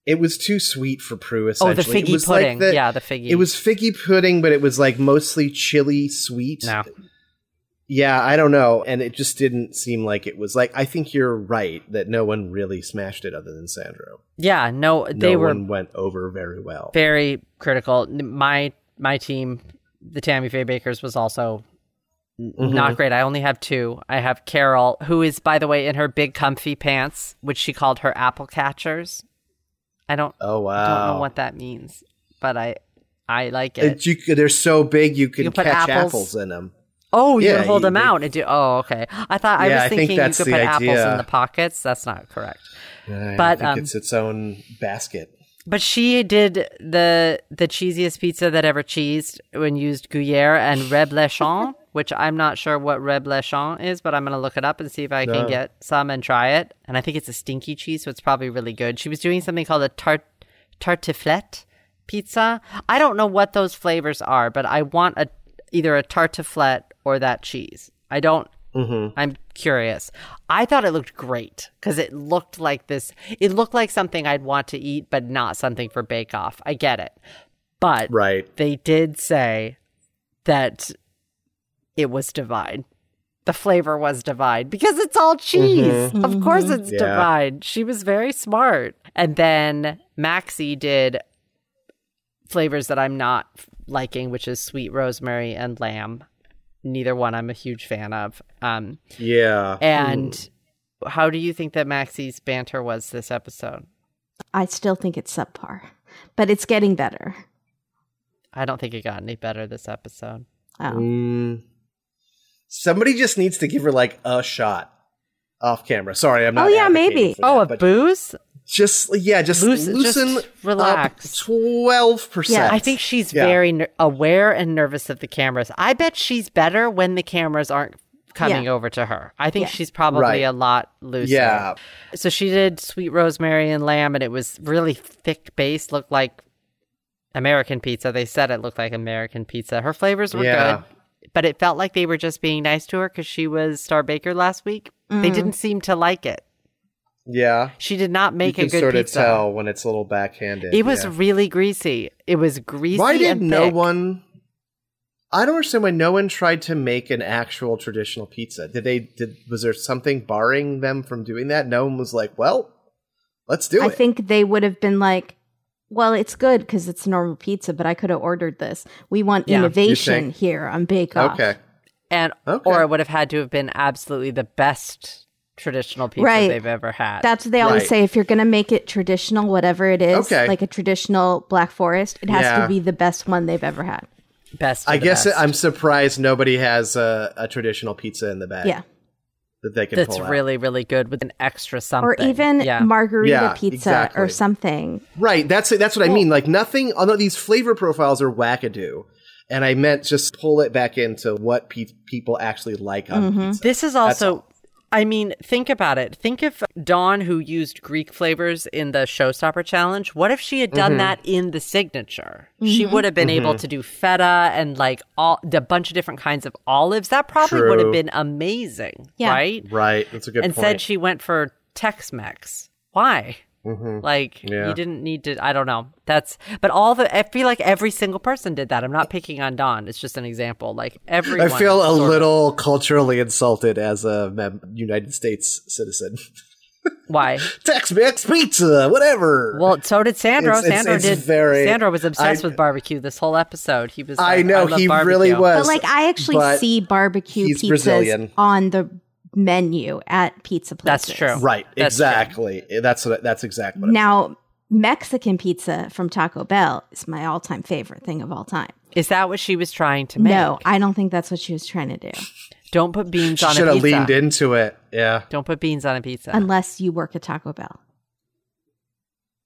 Speaker 3: It was too sweet for Prue.
Speaker 2: Oh,
Speaker 3: Essentially,
Speaker 2: the
Speaker 3: It
Speaker 2: figgy
Speaker 3: was like
Speaker 2: pudding.
Speaker 3: the-
Speaker 2: yeah, the figgy.
Speaker 3: It was figgy pudding, but it was like mostly chili sweet.
Speaker 2: no.
Speaker 3: Yeah, I don't know, and it just didn't seem like it was like. I think you're right that no one really smashed it other than Sandro.
Speaker 2: Yeah, no.
Speaker 3: No
Speaker 2: They were
Speaker 3: one went over very well.
Speaker 2: very critical. N- My my team, the Tammy Faye Bakers, was also n-
Speaker 3: Mm-hmm.
Speaker 2: not great. I only have two. I have Carol, who is by the way in her big comfy pants, which she called her apple catchers. I don't
Speaker 3: oh
Speaker 2: I
Speaker 3: wow!
Speaker 2: don't know what that means, but I I like it.
Speaker 3: It- you could- they're so big you can
Speaker 2: can put
Speaker 3: catch
Speaker 2: apples.
Speaker 3: apples. in them.
Speaker 2: Oh, you
Speaker 3: Yeah,
Speaker 2: can hold
Speaker 3: you-
Speaker 2: them out and do. Oh, okay. I thought
Speaker 3: Yeah,
Speaker 2: I
Speaker 3: I
Speaker 2: was
Speaker 3: think
Speaker 2: thinking you
Speaker 3: that's
Speaker 2: could
Speaker 3: the
Speaker 2: put apples
Speaker 3: idea.
Speaker 2: in the pockets. That's not correct.
Speaker 3: I
Speaker 2: But,
Speaker 3: think
Speaker 2: um,
Speaker 3: it's its own basket.
Speaker 2: But she did the the cheesiest pizza that ever cheesed when used Gruyere and Reb Lechon, which I'm not sure what Reb Lechon is, but I'm gonna look it up and see if I
Speaker 3: No.
Speaker 2: can get some and try it. And I think it's a stinky cheese, so it's probably really good. She was doing something called a tart tartiflette pizza. I don't know what those flavors are, but I want a either a tartiflette or that cheese. I don't I'm curious. I thought it looked great because it looked like this. It looked like something I'd want to eat, but not something for Bake Off. I get it. But
Speaker 3: Right.
Speaker 2: they did say that it was divine. The flavor was divine because it's all cheese. Of course, it's
Speaker 3: Mm-hmm. Yeah.
Speaker 2: divine. She was very smart. And then Maxie did flavors that I'm not liking, which is sweet rosemary and lamb. Neither one I'm a huge fan of. Um,
Speaker 3: Yeah.
Speaker 2: and how do you think that Maxie's banter was this episode?
Speaker 1: I still think it's subpar, but it's getting better.
Speaker 2: I don't think it got any better this episode.
Speaker 1: Oh.
Speaker 3: Mm. Somebody just needs to give her like a shot off camera. Sorry, I'm not.
Speaker 1: Oh, yeah,
Speaker 3: advocating
Speaker 1: maybe.
Speaker 3: for
Speaker 2: Oh, a
Speaker 3: that, but
Speaker 2: booze?
Speaker 3: just yeah, just
Speaker 2: Loose- just
Speaker 3: loosen,
Speaker 2: relax.
Speaker 3: Twelve percent.
Speaker 1: Yeah,
Speaker 2: I think she's
Speaker 3: Yeah.
Speaker 2: very ner- aware and nervous of the cameras. I bet she's better when the cameras aren't coming
Speaker 1: Yeah.
Speaker 2: over to her. I think
Speaker 1: Yeah.
Speaker 2: she's probably
Speaker 3: Right.
Speaker 2: a lot looser.
Speaker 3: Yeah,
Speaker 2: So she did sweet rosemary and lamb, and it was really thick base. Looked like American pizza. They said it looked like American pizza. Her flavors were
Speaker 3: Yeah.
Speaker 2: good, but it felt like they were just being nice to her because she was Star Baker last week. They
Speaker 1: Mm.
Speaker 2: didn't seem to like it.
Speaker 3: yeah.
Speaker 2: She did not make
Speaker 3: you
Speaker 2: a
Speaker 3: can
Speaker 2: good
Speaker 3: sort
Speaker 2: pizza.
Speaker 3: of tell when it's a little backhanded.
Speaker 2: It was
Speaker 3: yeah.
Speaker 2: really greasy. It was greasy.
Speaker 3: Why did
Speaker 2: and
Speaker 3: no
Speaker 2: thick.
Speaker 3: one? I don't understand why no one tried to make an actual traditional pizza. Did they? Did was there something barring them from doing that? No one was like, "Well, let's do
Speaker 1: I
Speaker 3: it."
Speaker 1: think they would have been like, well, it's good because it's normal pizza, but I could have ordered this. We want
Speaker 2: Yeah. You
Speaker 1: innovation
Speaker 3: think?
Speaker 1: here on Bake Off.
Speaker 3: okay,
Speaker 2: and
Speaker 3: Okay.
Speaker 2: or it would have had to have been absolutely the best traditional pizza
Speaker 1: Right.
Speaker 2: they've ever had.
Speaker 1: That's what they always
Speaker 3: Right.
Speaker 1: say. If you're going to make it traditional, whatever it is,
Speaker 3: Okay.
Speaker 1: like a traditional Black Forest, it has
Speaker 3: Yeah.
Speaker 1: to be the best one they've ever had.
Speaker 2: best. of
Speaker 3: I
Speaker 2: the
Speaker 3: guess
Speaker 2: best.
Speaker 3: I'm surprised nobody has a, a traditional pizza in the bag.
Speaker 1: Yeah.
Speaker 3: that they can
Speaker 2: that's
Speaker 3: pull out.
Speaker 2: really really good with an extra something,
Speaker 1: Or even
Speaker 2: yeah.
Speaker 1: margarita
Speaker 3: Yeah,
Speaker 1: pizza or
Speaker 3: exactly.
Speaker 1: something.
Speaker 3: Right. That's it. That's what I mean. Like nothing. Although these flavor profiles are wackadoo, and I meant just pull it back into what pe- people actually like on pizza.
Speaker 2: This is also, I mean, think about it. Think if Dawn, who used Greek flavors in the Showstopper Challenge, what if she had done
Speaker 3: Mm-hmm.
Speaker 2: that in the signature?
Speaker 1: Mm-hmm.
Speaker 2: She would have been able to do feta and like all a bunch of different kinds of olives. That probably would have
Speaker 3: True.
Speaker 2: been amazing,
Speaker 1: Yeah.
Speaker 2: right?
Speaker 3: Right. That's a good
Speaker 2: and
Speaker 3: point.
Speaker 2: said she went for Tex-Mex. Why? Like
Speaker 3: Mm-hmm. Yeah.
Speaker 2: you didn't need to. I don't know. That's but all the. I feel like every single person did that. I'm not picking on Dawn. It's just an example. Like
Speaker 3: I
Speaker 2: everyone.
Speaker 3: feel a
Speaker 2: sort of-
Speaker 3: little culturally insulted as a mem- United States citizen.
Speaker 2: Why?
Speaker 3: Tex-Mex pizza, whatever.
Speaker 2: Well, so did Sandro.
Speaker 3: It's- it's-
Speaker 2: Sandro
Speaker 3: it's
Speaker 2: did.
Speaker 3: very-
Speaker 2: Sandro was obsessed
Speaker 3: I-
Speaker 2: with barbecue this whole episode. He was.
Speaker 3: I
Speaker 2: like,
Speaker 3: know
Speaker 2: love
Speaker 3: he
Speaker 2: barbecue.
Speaker 3: really was.
Speaker 1: But like, I actually
Speaker 3: but
Speaker 1: see barbecue
Speaker 3: he's
Speaker 1: pizzas
Speaker 3: Brazilian.
Speaker 1: on the menu at pizza places.
Speaker 2: That's true.
Speaker 3: right.
Speaker 2: That's true.
Speaker 3: exactly. That's what. That's exactly. What I'm
Speaker 1: Now, Mexican pizza from Taco Bell is my all time favorite thing of all time.
Speaker 2: Is that what she was trying to make?
Speaker 1: No, I don't think that's what she was trying to do.
Speaker 2: Don't put beans
Speaker 3: She
Speaker 2: on
Speaker 3: should
Speaker 2: a
Speaker 3: have
Speaker 2: pizza.
Speaker 3: leaned into it. Yeah.
Speaker 2: Don't put beans on a pizza.
Speaker 1: Unless you work at Taco Bell.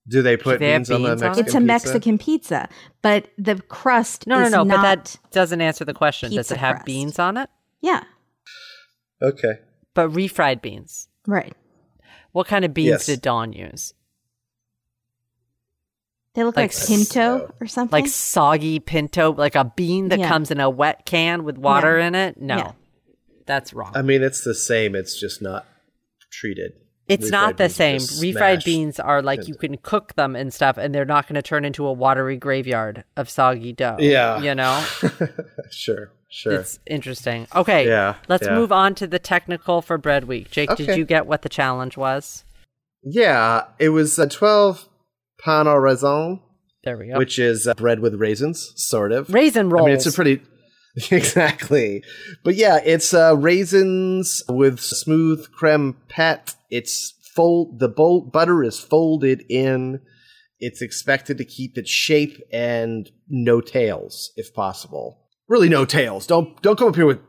Speaker 3: Do they put
Speaker 2: they have
Speaker 3: beans, on the
Speaker 2: beans on it?
Speaker 3: Mexican
Speaker 1: It's a
Speaker 3: pizza?
Speaker 1: Mexican pizza, but the crust
Speaker 2: no, no,
Speaker 1: is
Speaker 2: no.
Speaker 1: not.
Speaker 2: But that doesn't answer the question. Does
Speaker 1: pizza
Speaker 2: it have
Speaker 1: crust.
Speaker 2: beans on it?
Speaker 1: yeah,
Speaker 3: Okay.
Speaker 2: But refried beans.
Speaker 1: right.
Speaker 2: What kind of beans
Speaker 3: Yes.
Speaker 2: did Dawn use?
Speaker 1: They look
Speaker 2: Like
Speaker 1: like, pinto
Speaker 3: so-
Speaker 1: or something.
Speaker 2: Like soggy pinto, like a bean that
Speaker 1: Yeah.
Speaker 2: comes in a wet can with water in it? No.
Speaker 1: Yeah.
Speaker 2: That's wrong.
Speaker 3: I mean, it's the same. It's just not treated.
Speaker 2: It's
Speaker 3: Refried
Speaker 2: not the
Speaker 3: beans are
Speaker 2: same.
Speaker 3: just
Speaker 2: Refried
Speaker 3: smashed.
Speaker 2: beans are like you can cook them and stuff, and they're not going to turn into a watery graveyard of soggy dough.
Speaker 3: Yeah.
Speaker 2: You know?
Speaker 3: Sure. Sure.
Speaker 2: It's interesting. Okay.
Speaker 3: Yeah,
Speaker 2: Let's
Speaker 3: yeah.
Speaker 2: move on to the technical for Bread Week. Jake, did
Speaker 3: Okay.
Speaker 2: you get what the challenge was?
Speaker 3: yeah. It was a twelve pan au raisin,
Speaker 2: There we go.
Speaker 3: which is uh, bread with raisins, sort of.
Speaker 2: Raisin rolls.
Speaker 3: I mean, it's a pretty exactly, but yeah, it's uh, raisins with smooth creme pat. It's fold the bol- butter is folded in. It's expected to keep its shape and no tails, if possible. Really, no tails. Don't don't come up here with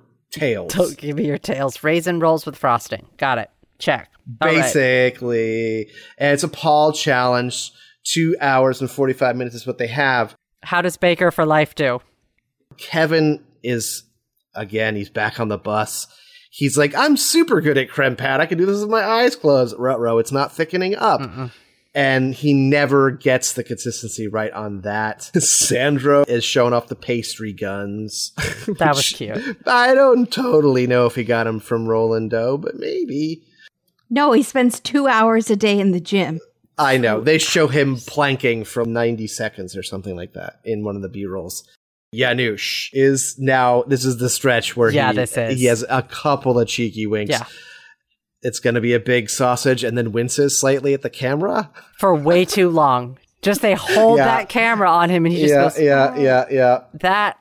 Speaker 3: tails.
Speaker 2: Don't give me your tails. Raisin rolls with frosting. Got it. Check. All right.
Speaker 3: basically, and it's a Paul challenge. Two hours and forty five minutes is what they have.
Speaker 2: How does Baker for Life do?
Speaker 3: Kevin is again, he's back on the bus. He's like, I'm super good at creme pat. I can do this with my eyes closed. Ruh row, it's not thickening up. And he never gets the consistency right on that. Sandro is showing off the pastry guns.
Speaker 2: That was
Speaker 3: which
Speaker 2: cute.
Speaker 3: I don't totally know if he got them from Rolando, but maybe.
Speaker 1: no, he spends two hours a day in the gym.
Speaker 3: I know. They show him planking from 90 seconds or something like that in one of the B rolls. Yanush is now, this is the stretch where
Speaker 2: Yeah,
Speaker 3: he,
Speaker 2: this is.
Speaker 3: he has a couple of cheeky winks.
Speaker 2: Yeah.
Speaker 3: It's going to be a big sausage and then winces slightly at the camera.
Speaker 2: For way too long. Just they hold
Speaker 3: Yeah.
Speaker 2: that camera on him and he just goes,
Speaker 3: yeah, yeah, yeah,
Speaker 2: that.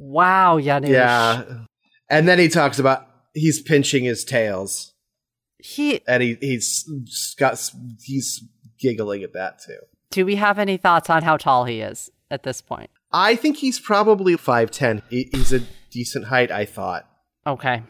Speaker 2: Wow, Yanush.
Speaker 3: yeah. And then he talks about he's pinching his tails
Speaker 2: He
Speaker 3: and he, he's got, he's giggling at that too.
Speaker 2: Do we have any thoughts on how tall he is at this point?
Speaker 3: I think he's probably 5'10. He- He's a decent height, I thought.
Speaker 2: Okay.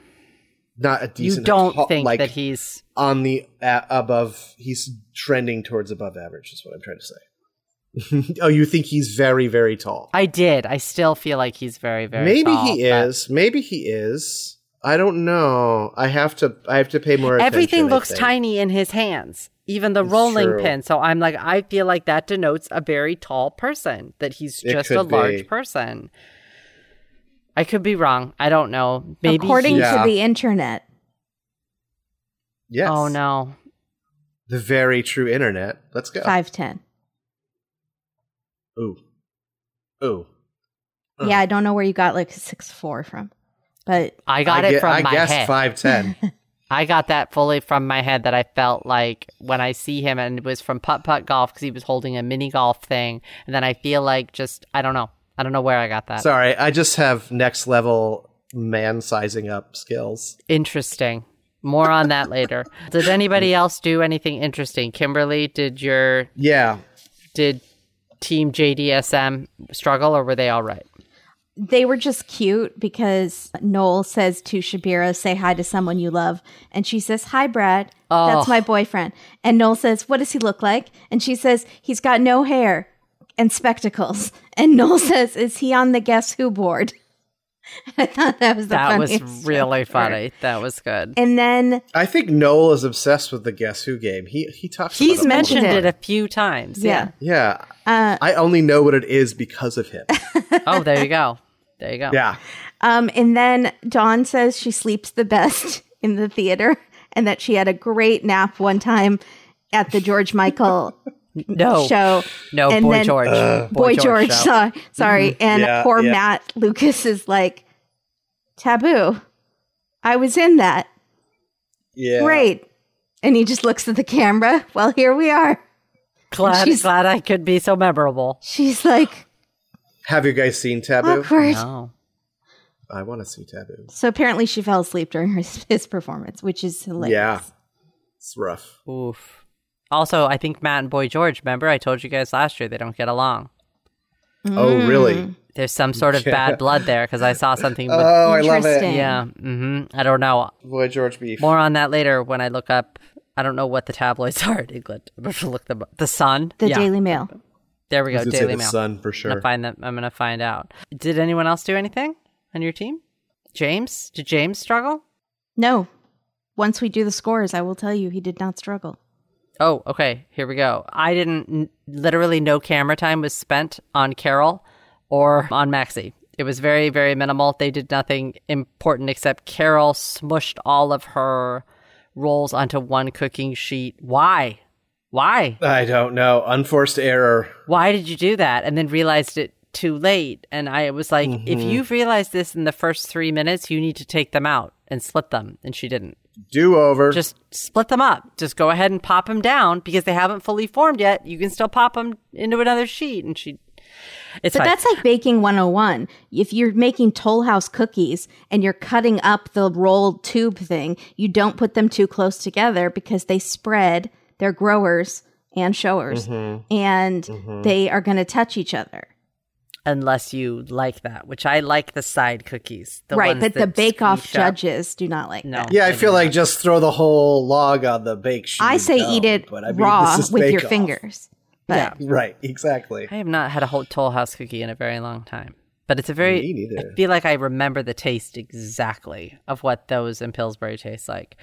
Speaker 3: not a
Speaker 2: You
Speaker 3: decent.
Speaker 2: don't
Speaker 3: ho-
Speaker 2: think
Speaker 3: like,
Speaker 2: that he's
Speaker 3: on the uh, above? He's trending towards above average. Is what I'm trying to say. oh, you think he's very very tall?
Speaker 2: I did. I still feel like he's very very
Speaker 3: Maybe
Speaker 2: tall,
Speaker 3: he
Speaker 2: but-
Speaker 3: is. Maybe he is. I don't know. I have to. I have to pay more.
Speaker 2: Everything
Speaker 3: attention, I
Speaker 2: looks
Speaker 3: think.
Speaker 2: tiny in his hands, even the
Speaker 3: It's
Speaker 2: rolling
Speaker 3: true.
Speaker 2: pin. So I'm like, I feel like that denotes a very tall person, that he's
Speaker 3: It
Speaker 2: just
Speaker 3: could
Speaker 2: a large
Speaker 3: be.
Speaker 2: person. I could be wrong. I don't know. Maybe.
Speaker 1: According
Speaker 2: he-
Speaker 3: Yeah.
Speaker 1: to the internet,
Speaker 3: Yes.
Speaker 2: Oh, no.
Speaker 3: The very true internet. Let's go.
Speaker 1: five ten.
Speaker 3: Ooh. Ooh.
Speaker 1: Yeah, I don't know where you got like six four from, but
Speaker 2: I got
Speaker 3: I
Speaker 2: it
Speaker 3: gue-
Speaker 2: from
Speaker 3: I
Speaker 2: my
Speaker 3: guessed
Speaker 2: head.
Speaker 3: five ten.
Speaker 2: I got that fully from my head that I felt like when I see him, and it was from putt putt golf because he was holding a mini golf thing, and then I feel like just I don't know, I don't know where I got that.
Speaker 3: Sorry, I just have next level man sizing up skills.
Speaker 2: Interesting. More on that later. Did anybody else do anything interesting? Kimberly, did your
Speaker 3: Yeah.
Speaker 2: did team JDSM struggle, or were they all right?
Speaker 1: they were just cute because Noel says to Shabira, "Say hi to someone you love," and she says, "Hi, Brad. That's
Speaker 2: Oh.
Speaker 1: my boyfriend." And Noel says, "What does he look like?" And she says, "He's got no hair and spectacles." And Noel says, "Is he on the Guess Who board?" I thought that was the
Speaker 2: That was
Speaker 1: funniest
Speaker 2: really
Speaker 1: joke ever.
Speaker 2: funny. That was good.
Speaker 1: And then
Speaker 3: I think Noel is obsessed with the Guess Who game. He he talks about it
Speaker 2: He's
Speaker 3: all the
Speaker 2: mentioned
Speaker 3: time.
Speaker 2: it a few times.
Speaker 1: yeah,
Speaker 3: Yeah.
Speaker 1: Uh,
Speaker 3: I only know what it is because of him.
Speaker 2: yeah. Oh, there you go. There you go.
Speaker 3: yeah.
Speaker 1: Um, and then Dawn says she sleeps the best in the theater and that she had a great nap one time at the George Michael
Speaker 2: No.
Speaker 1: show.
Speaker 2: No,
Speaker 1: And
Speaker 2: boy
Speaker 1: then-
Speaker 2: George.
Speaker 1: Boy, George,
Speaker 2: show.
Speaker 1: so- sorry. And
Speaker 3: Mm-hmm. Yeah,
Speaker 1: poor
Speaker 3: yeah.
Speaker 1: Matt Lucas is like, taboo. I was in that.
Speaker 3: Yeah.
Speaker 1: Great. And he just looks at the camera. Well, here we are.
Speaker 2: Glad,
Speaker 1: She's-
Speaker 2: glad I could be so memorable.
Speaker 1: She's like,
Speaker 3: Have you guys seen Taboo?
Speaker 1: awkward.
Speaker 2: No.
Speaker 3: I want to see Taboo.
Speaker 1: So apparently she fell asleep during her, his performance, which is hilarious.
Speaker 3: Yeah. It's rough.
Speaker 2: Oof. Also, I think Matt and Boy George, remember I told you guys last year they don't get along.
Speaker 3: Oh,
Speaker 1: Mm,
Speaker 3: really?
Speaker 2: There's some sort of bad blood there because I saw something with.
Speaker 3: Oh, I love it.
Speaker 1: Interesting.
Speaker 2: yeah. hmm I don't know.
Speaker 3: Boy George Beef.
Speaker 2: More on that later when I look up. I don't know what the tabloids are in England. I'm going to look them up. The Sun.
Speaker 1: The
Speaker 2: yeah.
Speaker 1: Daily Mail.
Speaker 2: There we
Speaker 3: I
Speaker 2: go.
Speaker 3: was gonna say
Speaker 2: Daily
Speaker 3: the
Speaker 2: Mail.
Speaker 3: Sun for
Speaker 2: I'm
Speaker 3: sure.
Speaker 2: gonna find them. I'm gonna find out. Did anyone else do anything on your team? James? Did James struggle?
Speaker 1: No. Once we do the scores, I will tell you he did not struggle.
Speaker 2: Oh, okay. Here we go. I didn't. n- Literally, no camera time was spent on Carol or on Maxie. It was very, very minimal. They did nothing important except Carol smushed all of her rolls onto one cooking sheet. Why? Why?
Speaker 3: I don't know. Unforced error.
Speaker 2: why did you do that? And then realized it too late. And I was like, if you've realized this in the first three minutes, you need to take them out and split them. And she didn't.
Speaker 3: Do over.
Speaker 2: Just split them up. Just go ahead and pop them down because they haven't fully formed yet. You can still pop them into another sheet. And she, it's
Speaker 1: But
Speaker 2: fine.
Speaker 1: that's like baking 101. If you're making Toll House cookies and you're cutting up the rolled tube thing, you don't put them too close together because they spread. They're growers and showers,
Speaker 3: Mm-hmm.
Speaker 1: and they are going to touch each other.
Speaker 2: unless you like that, which I like the side cookies. The
Speaker 1: right.
Speaker 2: ones
Speaker 1: But the
Speaker 2: that
Speaker 1: Bake Off
Speaker 2: squeeze up.
Speaker 1: judges do not like
Speaker 2: No.
Speaker 1: that.
Speaker 3: yeah, I feel like just throw the whole log on the bake sheet.
Speaker 1: I say
Speaker 3: No,
Speaker 1: eat it
Speaker 3: but I mean,
Speaker 1: raw
Speaker 3: this is
Speaker 1: with
Speaker 3: Bake
Speaker 1: your
Speaker 3: Off.
Speaker 1: fingers. But
Speaker 2: Yeah.
Speaker 3: Right, exactly.
Speaker 2: I have not had a whole Toll House cookie in a very long time, but it's a very.
Speaker 3: Me neither.
Speaker 2: I feel like I remember the taste exactly of what those in Pillsbury taste like.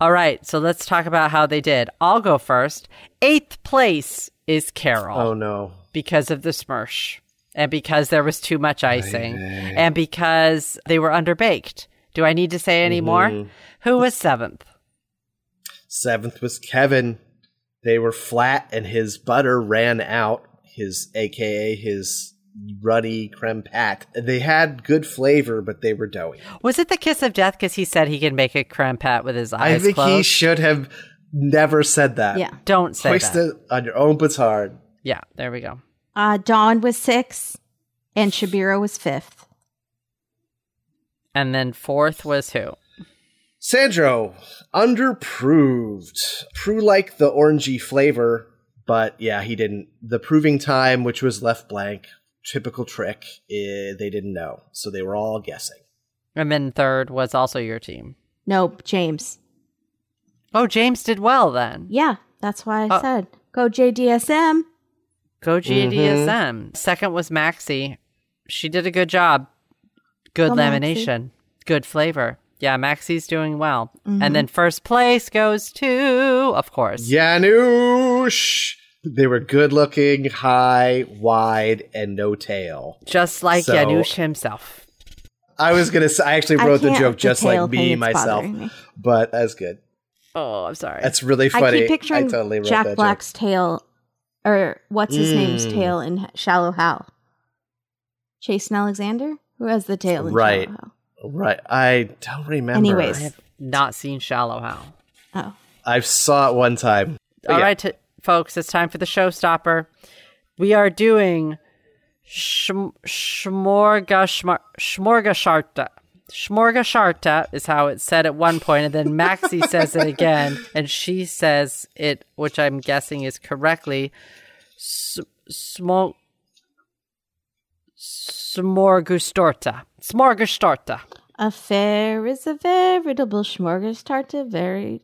Speaker 2: All right, so let's talk about how they did. I'll go first. Eighth place is Carol
Speaker 3: Oh no.
Speaker 2: because of the smirsh and because there was too much icing and because they were underbaked. Do I need to say any
Speaker 3: Mm-hmm.
Speaker 2: more? Who was seventh?
Speaker 3: Seventh was Kevin. They were flat and his butter ran out. His AKA his ruddy creme pat. They had good flavor, but they were doughy.
Speaker 2: Was it the kiss of death? Because he said he can make a creme pat with his
Speaker 3: I
Speaker 2: eyes
Speaker 3: think he
Speaker 2: closed.
Speaker 3: should have never said that.
Speaker 1: yeah.
Speaker 2: Don't say
Speaker 3: Hoist
Speaker 2: that.
Speaker 3: it on your own petard.
Speaker 2: Yeah, there we go.
Speaker 1: Uh, Dawn was six, and Shabira was fifth.
Speaker 2: And then fourth was who?
Speaker 3: Sandro, underproved. Prue like the orangey flavor, but yeah, he didn't. The proving time, which was left blank, typical trick, eh, they didn't know. So they were all guessing.
Speaker 2: And then third was also your team.
Speaker 1: No, James.
Speaker 2: Oh, James did well then.
Speaker 1: Yeah, that's why I
Speaker 2: Oh.
Speaker 1: said go JDSM.
Speaker 2: Go GDSM. E Second was Maxie. She did a good job. Good
Speaker 1: Go Maxie.
Speaker 2: lamination. Good flavor. Yeah, Maxie's doing well. And then first place goes to, of course.
Speaker 3: Yanush! They were good looking, high, wide, and no tail.
Speaker 2: Just like
Speaker 3: So-
Speaker 2: Yanush himself.
Speaker 3: I was going to say, I actually
Speaker 1: I
Speaker 3: wrote the
Speaker 1: can't
Speaker 3: joke
Speaker 1: with the
Speaker 3: just
Speaker 1: tail
Speaker 3: like
Speaker 1: thing,
Speaker 3: me,
Speaker 1: it's
Speaker 3: myself,
Speaker 1: bothering me.
Speaker 3: but that's good.
Speaker 2: Oh, I'm sorry.
Speaker 3: That's really
Speaker 1: I
Speaker 3: funny.
Speaker 1: keep picturing
Speaker 3: totally wrote that
Speaker 1: Jack
Speaker 3: joke.
Speaker 1: Black's tail, or what's his name's
Speaker 3: Mm.
Speaker 1: tail in Shallow Hal. Jason Alexander, who has the tail. in
Speaker 3: Right.
Speaker 1: Shallow Hal?
Speaker 3: Right. I don't remember.
Speaker 1: Anyways.
Speaker 2: I have not seen Shallow Hal.
Speaker 1: Oh,
Speaker 3: I saw it one time. But
Speaker 2: All
Speaker 3: yeah.
Speaker 2: right, t- folks, it's time for the showstopper. We are doing shm- shmorgashmar- shmorgasharta. Shmorgasharta is how it's said at one point, and then Maxi says it again, and she says it, which I'm guessing is correctly. S- smo- smorgustorta. Smorgastorta.
Speaker 1: a fair is a veritable smorgasbord. Very.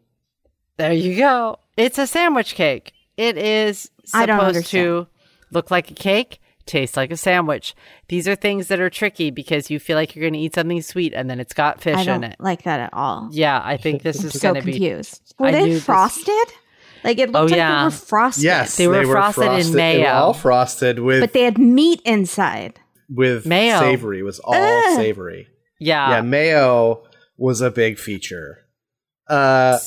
Speaker 2: There you go. It's a sandwich cake. It is
Speaker 1: I don't
Speaker 2: supposed to look like a cake, taste like a sandwich. These are things that are tricky because you feel like you're going to eat something sweet and then it's got
Speaker 1: I
Speaker 2: fish in
Speaker 1: don't
Speaker 2: it.
Speaker 1: like that at all.
Speaker 2: Yeah, I think this
Speaker 1: I'm
Speaker 2: is
Speaker 1: so
Speaker 2: going to be.
Speaker 1: confused. Were
Speaker 2: I knew
Speaker 1: they
Speaker 2: this-
Speaker 1: frosted? Like it looked
Speaker 2: Oh,
Speaker 1: like
Speaker 2: yeah.
Speaker 1: they were frosted.
Speaker 3: Yes,
Speaker 2: They were frosted in
Speaker 3: They were
Speaker 2: mayo.
Speaker 3: all frosted with
Speaker 1: but they had meat inside.
Speaker 3: with
Speaker 2: Mayo.
Speaker 3: savory. It was all
Speaker 1: Ugh. Ah.
Speaker 3: savory.
Speaker 2: Yeah.
Speaker 3: yeah, mayo was a big feature. Uh,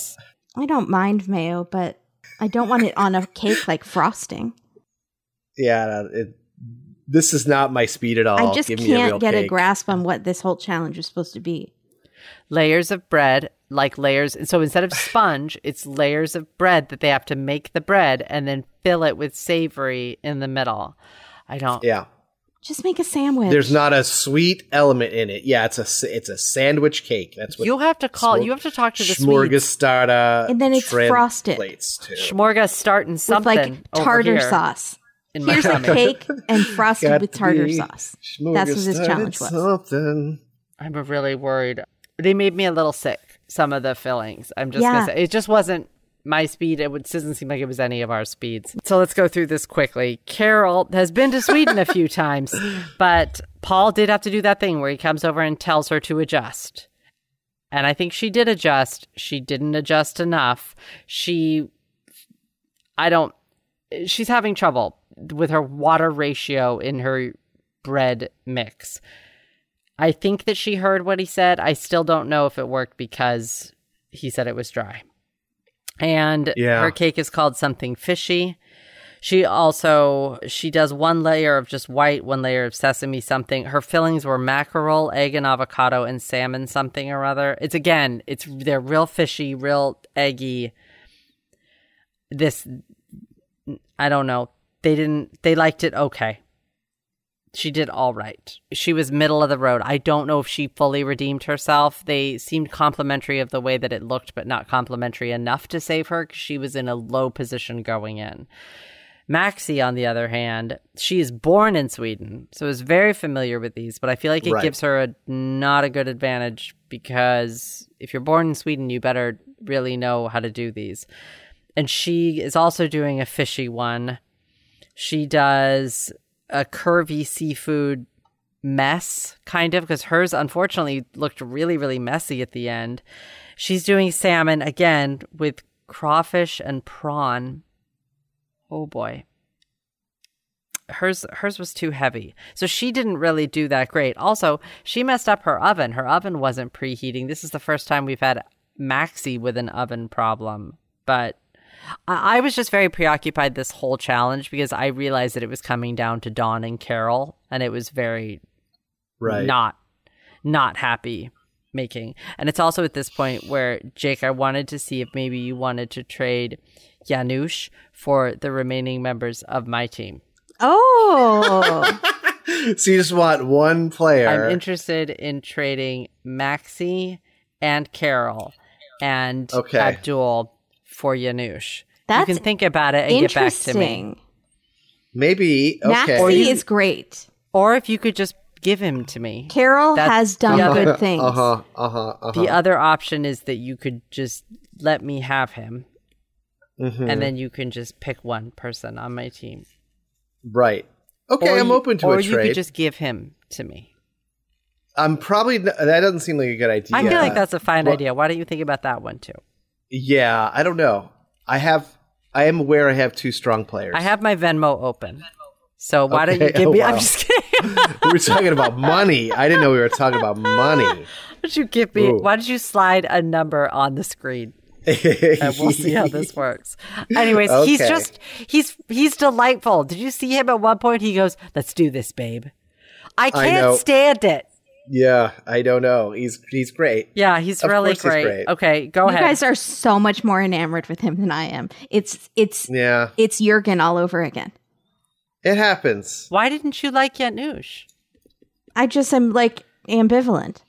Speaker 1: I don't mind mayo, but I don't want it on a cake like frosting.
Speaker 3: yeah, it, this is not my speed at all.
Speaker 1: I just
Speaker 3: Oh, Give me a real
Speaker 1: can't get
Speaker 3: cake.
Speaker 1: a grasp on what this whole challenge is supposed to be.
Speaker 2: Layers of bread, like layers. And so instead of sponge, it's layers of bread that they have to make the bread and then fill it with savory in the middle. I don't.
Speaker 3: Yeah,
Speaker 1: Just make a sandwich.
Speaker 3: there's not a sweet element in it. Yeah, it's a s- it's a sandwich cake. That's what
Speaker 2: You'll have to call.
Speaker 3: smor-
Speaker 2: you have to talk to the Swedes.
Speaker 3: smorgastarda,
Speaker 1: And then it's frosted.
Speaker 3: translates to.
Speaker 2: Smorgastartin
Speaker 1: with
Speaker 2: something
Speaker 1: like
Speaker 2: over
Speaker 1: tartar
Speaker 2: here
Speaker 1: sauce.
Speaker 2: in my
Speaker 1: Here's a
Speaker 2: stomach.
Speaker 1: cake and frosted
Speaker 3: Got
Speaker 1: with tartar
Speaker 3: the
Speaker 1: sauce. That's what this
Speaker 3: smorgastarted
Speaker 1: challenge was.
Speaker 3: Something.
Speaker 2: I'm really worried. They made me a little sick. Some of the fillings. I'm just
Speaker 1: Yeah.
Speaker 2: gonna say it just wasn't my speed. It would- doesn't seem like it was any of our speeds. So let's go through this quickly. Carol has been to Sweden a few times, but Paul did have to do that thing where he comes over and tells her to adjust. And I think she did adjust. She didn't adjust enough. She, I don't. She's having trouble with her water ratio in her bread mix. I think that she heard what he said. I still don't know if it worked because he said it was dry. And
Speaker 3: Yeah.
Speaker 2: her cake is called something fishy. She also she does one layer of just white, one layer of sesame something. Her fillings were mackerel, egg and avocado and salmon something or other. It's again, it's they're real fishy, real eggy. This I don't know. They didn't they liked it okay she did all right. She was middle of the road. I don't know if she fully redeemed herself. They seemed complimentary of the way that it looked, but not complimentary enough to save her 'cause she was in a low position going in. Maxie, on the other hand, she is born in Sweden, so is very familiar with these, but I feel like it
Speaker 3: Right.
Speaker 2: gives her a, not a good advantage because if you're born in Sweden, you better really know how to do these. And she is also doing a fishy one. She does a curvy seafood mess, kind of, because hers unfortunately looked really, really messy at the end. She's doing salmon again with crawfish and prawn. Oh boy. Hers hers was too heavy. So she didn't really do that great. Also, she messed up her oven. Her oven wasn't preheating. This is the first time we've had Maxi with an oven problem. But I I was just very preoccupied this whole challenge because I realized that it was coming down to Dawn and Carol, and it was very
Speaker 3: Right.
Speaker 2: not not happy making. And it's also at this point where Jake, I wanted to see if maybe you wanted to trade Janusz for the remaining members of my team.
Speaker 1: Oh,
Speaker 3: so you just want one player.
Speaker 2: I'm interested in trading Maxi and Carol and
Speaker 3: Okay.
Speaker 2: Abdul for Janusz.
Speaker 1: That's
Speaker 2: you can think about it and get back to me.
Speaker 1: interesting.
Speaker 3: Maybe okay.
Speaker 1: Maxie
Speaker 2: you-
Speaker 1: is great.
Speaker 2: Or if you could just give him to me.
Speaker 1: Carol
Speaker 2: That's- Uh-huh.
Speaker 1: has done
Speaker 2: Yeah.
Speaker 1: good things.
Speaker 3: Uh huh. Uh huh. Uh
Speaker 2: The
Speaker 3: huh.
Speaker 2: other option is that you could just let me have him,
Speaker 3: Mm-hmm.
Speaker 2: and then you can just pick one person on my team.
Speaker 3: Right. Okay,
Speaker 2: Or
Speaker 3: I'm
Speaker 2: you-
Speaker 3: open to
Speaker 2: or
Speaker 3: a
Speaker 2: you could
Speaker 3: trade.
Speaker 2: just give him to me.
Speaker 3: I'm probably n- that doesn't seem like a good idea.
Speaker 2: I feel like that's a fine
Speaker 3: Well-
Speaker 2: idea. Why don't you think about that one too?
Speaker 3: Yeah, I don't know. I have. I am aware I have two strong players.
Speaker 2: I have my Venmo open, so why don't you
Speaker 3: Okay.
Speaker 2: give
Speaker 3: Oh,
Speaker 2: me?
Speaker 3: wow.
Speaker 2: I'm just kidding.
Speaker 3: we were talking about money. I didn't know we were talking about money.
Speaker 2: why don't you give me?
Speaker 3: Ooh.
Speaker 2: Why don't you slide a number on the screen? and we'll see how this works. Anyways, he's
Speaker 3: Okay.
Speaker 2: just he's he's delightful. Did you see him at one point? He goes, "Let's do this, babe." I can't
Speaker 3: know.
Speaker 2: stand it.
Speaker 3: Yeah, I don't know. He's he's great.
Speaker 2: Yeah, he's
Speaker 3: Of
Speaker 2: really
Speaker 3: course he's
Speaker 2: great.
Speaker 3: great.
Speaker 2: Okay, go
Speaker 1: you
Speaker 2: ahead.
Speaker 1: guys are so much more enamored with him than I am. It's it's
Speaker 3: Yeah,
Speaker 1: it's Jurgen all over again.
Speaker 3: it happens.
Speaker 2: Why didn't you like Yanush?
Speaker 1: I just am like ambivalent.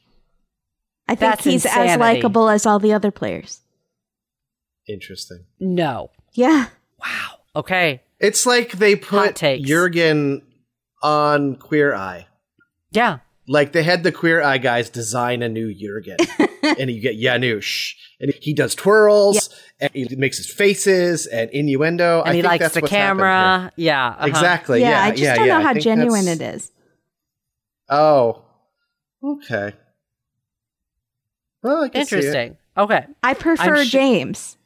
Speaker 1: I think
Speaker 2: That's
Speaker 1: he's as
Speaker 2: insanity.
Speaker 1: likable as all the other players.
Speaker 3: Interesting.
Speaker 2: No.
Speaker 1: Yeah.
Speaker 2: Wow. Okay.
Speaker 3: It's like they put
Speaker 2: takes.
Speaker 3: Jurgen on Queer Eye.
Speaker 2: Yeah.
Speaker 3: Like they had the Queer Eye guys design a new Jurgen, and you get Yanush, and he does twirls, and he makes his faces and innuendo.
Speaker 2: And
Speaker 3: I
Speaker 2: he
Speaker 3: think
Speaker 2: likes
Speaker 3: that's
Speaker 2: the
Speaker 3: what's happened here.
Speaker 2: camera. Yeah. uh-huh.
Speaker 3: Exactly.
Speaker 1: yeah,
Speaker 3: Yeah,
Speaker 1: I just
Speaker 3: yeah,
Speaker 1: don't
Speaker 3: yeah.
Speaker 1: know how
Speaker 3: think
Speaker 1: genuine it
Speaker 3: that's-
Speaker 1: is.
Speaker 3: Oh, okay. Well, I can see it.
Speaker 2: Interesting. Okay.
Speaker 1: I prefer
Speaker 2: sh-
Speaker 1: James.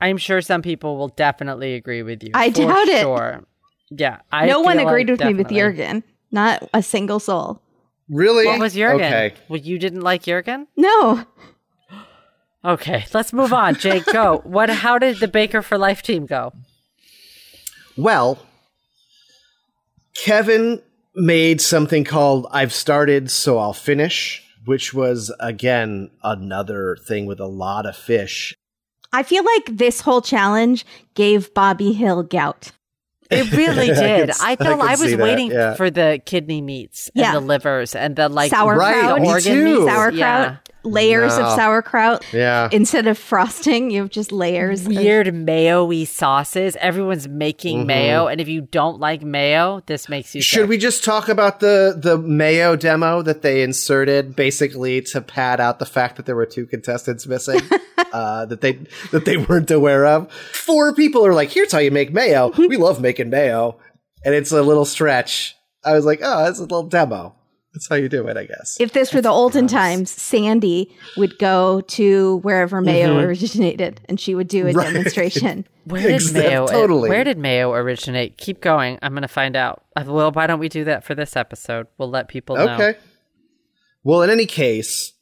Speaker 2: I'm sure some people will definitely agree with you.
Speaker 1: I
Speaker 2: for
Speaker 1: doubt it.
Speaker 2: Sure. Yeah. I
Speaker 1: no one
Speaker 2: feel
Speaker 1: agreed
Speaker 2: like
Speaker 1: with me with
Speaker 2: definitely-
Speaker 1: Jurgen. Not a single soul.
Speaker 3: Really?
Speaker 2: What was Jurgen?
Speaker 3: Okay.
Speaker 2: Well, you didn't like Jurgen?
Speaker 1: No.
Speaker 2: Okay, let's move on. Jake, go. What? How did the Baker for Life team go?
Speaker 3: Well, Kevin made something called I've Started, So I'll Finish, which was, again, another thing with a lot of fish.
Speaker 1: I feel like this whole challenge gave Bobby Hill gout.
Speaker 2: It really
Speaker 3: I can
Speaker 2: did.
Speaker 3: s-
Speaker 2: I,
Speaker 3: I
Speaker 2: felt
Speaker 3: can
Speaker 2: I, was
Speaker 3: see that,
Speaker 2: waiting
Speaker 3: yeah.
Speaker 2: for the kidney meats
Speaker 1: Yeah.
Speaker 2: and the livers and the like
Speaker 1: Sauerkraut.
Speaker 3: Right,
Speaker 2: the
Speaker 3: me
Speaker 2: organ
Speaker 3: too.
Speaker 2: meats.
Speaker 1: Sauerkraut,
Speaker 2: Yeah.
Speaker 1: layers of
Speaker 3: No.
Speaker 1: sauerkraut.
Speaker 3: Yeah.
Speaker 1: Instead of frosting, you have just layers. of-
Speaker 2: Weird mayo-y sauces. Everyone's making mayo, and if you don't like mayo, this makes you.
Speaker 3: Mm-hmm. Should
Speaker 2: sick.
Speaker 3: we just talk about the, the mayo demo that they inserted basically to pad out the fact that there were two contestants missing uh, that they that they weren't aware of? Four people are like, here's how you make mayo. we love making mayo. And it's a little stretch. I was like, oh, that's a little demo. That's how you do it, I guess.
Speaker 1: If this were the olden times, Sandy would go to wherever mayo originated and she would do a
Speaker 3: Mm-hmm. Right.
Speaker 1: demonstration.
Speaker 2: Where did
Speaker 3: Exact-
Speaker 2: mayo?
Speaker 3: totally.
Speaker 2: Where did mayo originate? Keep going. I'm gonna find out. I- Well, why don't we do that for this episode? We'll let people know.
Speaker 3: Okay. Well, in any case,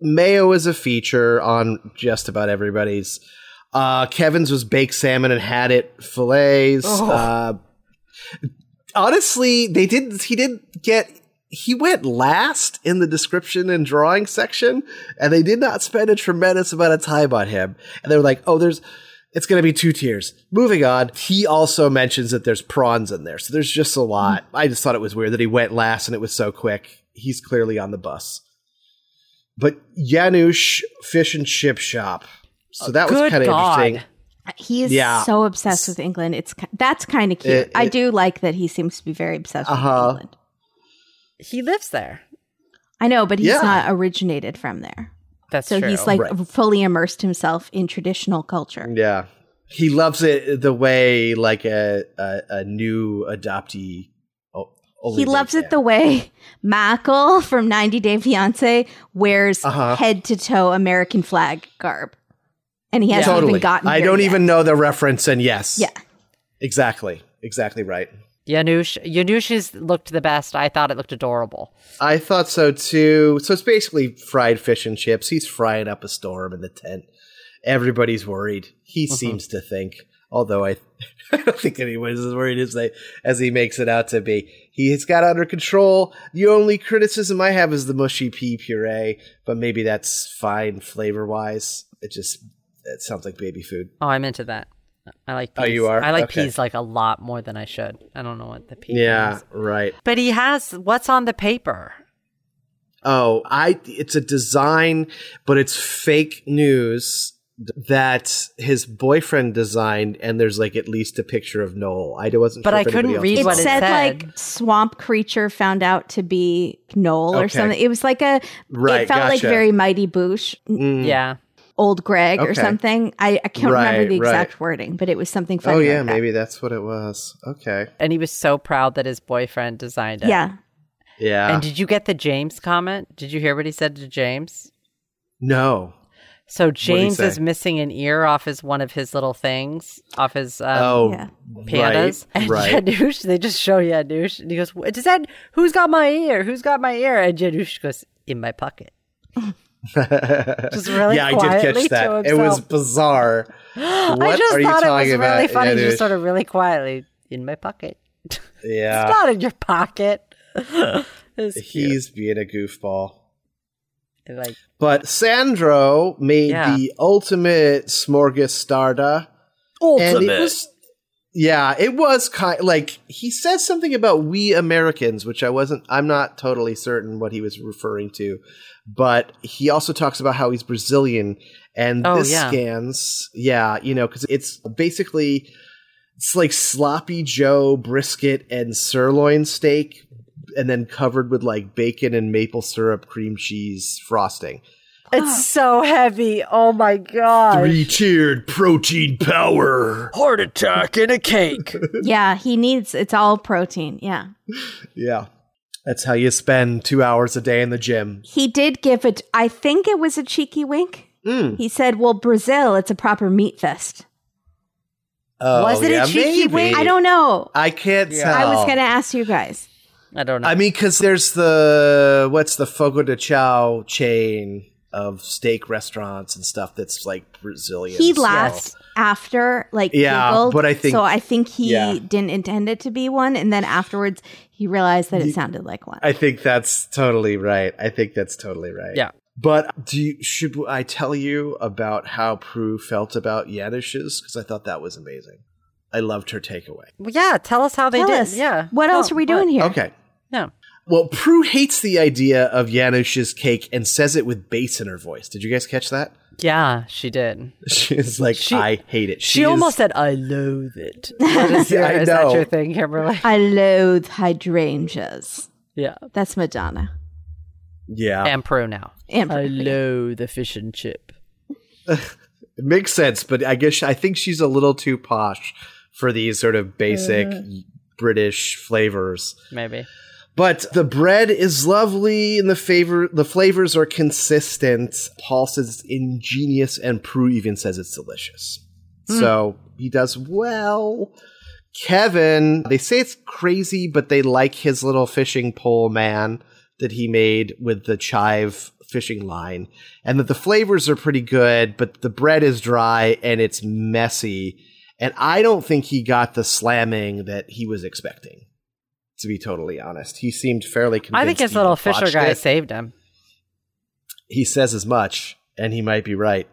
Speaker 3: mayo is a feature on just about everybody's. Uh, Kevin's was baked salmon and had it fillets. Uh, honestly, they did. He did get. He went last in the description and drawing section, and they did not spend a tremendous amount of time on him. And they were like, "Oh, there's." It's going to be two tiers. Moving on, he also mentions that there's prawns in there, so there's just a lot. I just thought it was weird that he went last and it was so quick. He's clearly on the bus. But Yanush Fish and Chip Shop. So that was
Speaker 2: Good
Speaker 3: kind of
Speaker 2: God.
Speaker 3: interesting.
Speaker 1: He is
Speaker 3: Yeah.
Speaker 1: so obsessed with England. It's ki- that's kind of cute.
Speaker 3: It-
Speaker 1: I
Speaker 3: it-
Speaker 1: do like that he seems to be very obsessed
Speaker 3: Uh-huh.
Speaker 1: with England.
Speaker 2: He lives there.
Speaker 1: I know, but he's
Speaker 3: Yeah.
Speaker 1: not originated from there.
Speaker 2: That's
Speaker 1: So
Speaker 2: true.
Speaker 1: he's like
Speaker 3: Right.
Speaker 1: fully immersed himself in traditional culture.
Speaker 3: Yeah. He loves it the way like a a, a new adoptee. o- only
Speaker 1: He
Speaker 3: they
Speaker 1: loves it
Speaker 3: can.
Speaker 1: the way Michael from 90 Day Fiance wears
Speaker 3: Uh-huh.
Speaker 1: head to toe American flag garb. And he hasn't
Speaker 3: totally.
Speaker 1: even gotten
Speaker 3: I
Speaker 1: here
Speaker 3: don't
Speaker 1: yet.
Speaker 3: even know the reference, and yes.
Speaker 1: Yeah.
Speaker 3: Exactly. Exactly right.
Speaker 2: Yanush. Yanush's looked the best. I thought it looked adorable.
Speaker 3: I thought so too. So it's basically fried fish and chips. He's frying up a storm in the tent. Everybody's worried. He seems to think, although I, I don't think anyone's as worried as they as he makes it out to be. He's got it under control. The only criticism I have is the mushy pea puree, but maybe that's fine flavor wise. It just it sounds like baby food.
Speaker 2: Oh, I'm into that. I like.
Speaker 3: Oh,
Speaker 2: Peas.
Speaker 3: you are?
Speaker 2: I like
Speaker 3: Okay.
Speaker 2: peas like a lot more than I should. I don't know what the pea.
Speaker 3: Yeah,
Speaker 2: is.
Speaker 3: right.
Speaker 2: But he has what's on the paper.
Speaker 3: Oh, I it's a design, but it's fake news that his boyfriend designed, and there's like at least a picture of Noel. I wasn't,
Speaker 2: But
Speaker 3: sure
Speaker 2: I
Speaker 3: if anybody
Speaker 2: couldn't
Speaker 3: else
Speaker 2: read
Speaker 1: It
Speaker 3: was
Speaker 2: what
Speaker 3: on
Speaker 2: it
Speaker 1: said,
Speaker 2: said.
Speaker 1: like swamp creature found out to be Knoll or
Speaker 3: Okay.
Speaker 1: something. It was like a
Speaker 3: Right,
Speaker 1: it felt like
Speaker 3: gotcha.
Speaker 1: very mighty boosh,
Speaker 3: Mm.
Speaker 2: Yeah.
Speaker 1: old Greg or
Speaker 3: Okay.
Speaker 1: something. I, I can't
Speaker 3: Right,
Speaker 1: remember the
Speaker 3: right.
Speaker 1: exact wording, but it was something funny.
Speaker 3: Oh
Speaker 1: like
Speaker 3: yeah,
Speaker 1: that.
Speaker 3: maybe that's what it was. Okay.
Speaker 2: And he was so proud that his boyfriend designed it.
Speaker 1: Yeah.
Speaker 3: Yeah.
Speaker 2: And did you get the James comment? Did you hear what he said to James?
Speaker 3: no.
Speaker 2: So James
Speaker 3: say?
Speaker 2: is missing an ear off his one of his little things, off his um,
Speaker 3: oh,
Speaker 1: yeah.
Speaker 2: pandas.
Speaker 3: right.
Speaker 2: And
Speaker 3: Right.
Speaker 2: Janusz, they just show Janusz, and he goes, "What- "Does that? Who's got my ear? Who's got my ear?" And Janusz goes, "In my pocket." Just really
Speaker 3: yeah, I did
Speaker 2: quietly
Speaker 3: catch
Speaker 2: to
Speaker 3: that. It was
Speaker 2: himself.
Speaker 3: bizarre.
Speaker 2: I
Speaker 3: What
Speaker 2: just
Speaker 3: are you
Speaker 2: thought it was
Speaker 3: talking about,
Speaker 2: really funny, just
Speaker 3: Janusz?
Speaker 2: sort of really quietly in my pocket. It's
Speaker 3: Yeah.
Speaker 2: not in your pocket. It's cute.
Speaker 3: He's being a goofball.
Speaker 2: like
Speaker 3: But Sandro made
Speaker 2: Yeah.
Speaker 3: the ultimate smorgastarda.
Speaker 2: Oh,
Speaker 3: And it was, yeah, it was kind like he says something about we Americans, which I wasn't. I'm not totally certain what he was referring to, but he also talks about how he's Brazilian, and
Speaker 2: Oh,
Speaker 3: this
Speaker 2: yeah.
Speaker 3: scans, yeah, you know, because it's basically it's like sloppy Joe brisket and sirloin steak, and then covered with like bacon and maple syrup, cream cheese frosting.
Speaker 2: it's so heavy. Oh my god.
Speaker 3: Three tiered protein power.
Speaker 2: Heart attack in a cake.
Speaker 1: yeah, he needs it's all protein. Yeah.
Speaker 3: Yeah. That's how you spend two hours a day in the gym.
Speaker 1: He did give it I think it was a cheeky wink.
Speaker 3: Mm.
Speaker 1: He said, "Well, Brazil, it's a proper meat fest."
Speaker 3: Oh,
Speaker 2: Was it a cheeky wink?
Speaker 1: I don't know.
Speaker 3: I can't
Speaker 2: Yeah.
Speaker 3: tell.
Speaker 1: I was going to ask you guys.
Speaker 2: I don't know.
Speaker 3: I mean, because there's the what's the Fogo de Chao chain of steak restaurants and stuff that's like Brazilian.
Speaker 1: He
Speaker 3: so-
Speaker 1: laughed after like
Speaker 3: Yeah,
Speaker 1: giggled,
Speaker 3: but I think-
Speaker 1: so I think he
Speaker 3: yeah.
Speaker 1: didn't intend it to be one and then afterwards he realized that it sounded like one.
Speaker 3: I think that's totally right. I think that's totally right.
Speaker 2: Yeah.
Speaker 3: But do you, should I tell you about how Prue felt about Yanish's? Because I thought that was amazing. I loved her takeaway.
Speaker 2: Well, yeah, tell us how they
Speaker 1: Tell
Speaker 2: did.
Speaker 1: us.
Speaker 2: Yeah. Oh,
Speaker 1: What else are we doing here?
Speaker 3: Okay.
Speaker 2: No.
Speaker 3: Well, Prue hates the idea of Yanush's cake and says it with bass in her voice. Did you guys catch that?
Speaker 2: Yeah, she did.
Speaker 3: She is like,
Speaker 2: She-
Speaker 3: I hate it.
Speaker 2: She,
Speaker 3: is-
Speaker 2: almost said, "I loathe it." What is
Speaker 3: Yeah,
Speaker 2: your-
Speaker 3: I
Speaker 2: is that
Speaker 3: know.
Speaker 2: your thing, Kimberly?
Speaker 1: I loathe hydrangeas.
Speaker 2: Yeah,
Speaker 1: That's Madonna.
Speaker 3: Yeah.
Speaker 2: and pro now.
Speaker 1: And
Speaker 2: I loathe the fish and chip.
Speaker 3: it makes sense, but I guess I think she's a little too posh for these sort of basic
Speaker 2: Mm-hmm.
Speaker 3: British flavors.
Speaker 2: Maybe.
Speaker 3: But the bread is lovely and the favor the flavors are consistent. Paul says it's ingenious and Prue even says it's delicious.
Speaker 2: Mm.
Speaker 3: So he does well. Kevin, they say it's crazy, but they like his little fishing pole man that he made with the chive fishing line. And that the flavors are pretty good, but the bread is dry and it's messy. And I don't think he got the slamming that he was expecting to be totally honest. He seemed fairly convinced.
Speaker 2: I think his
Speaker 3: he
Speaker 2: little
Speaker 3: had botched
Speaker 2: fisher guy
Speaker 3: it.
Speaker 2: saved him.
Speaker 3: He says as much, and he might be right.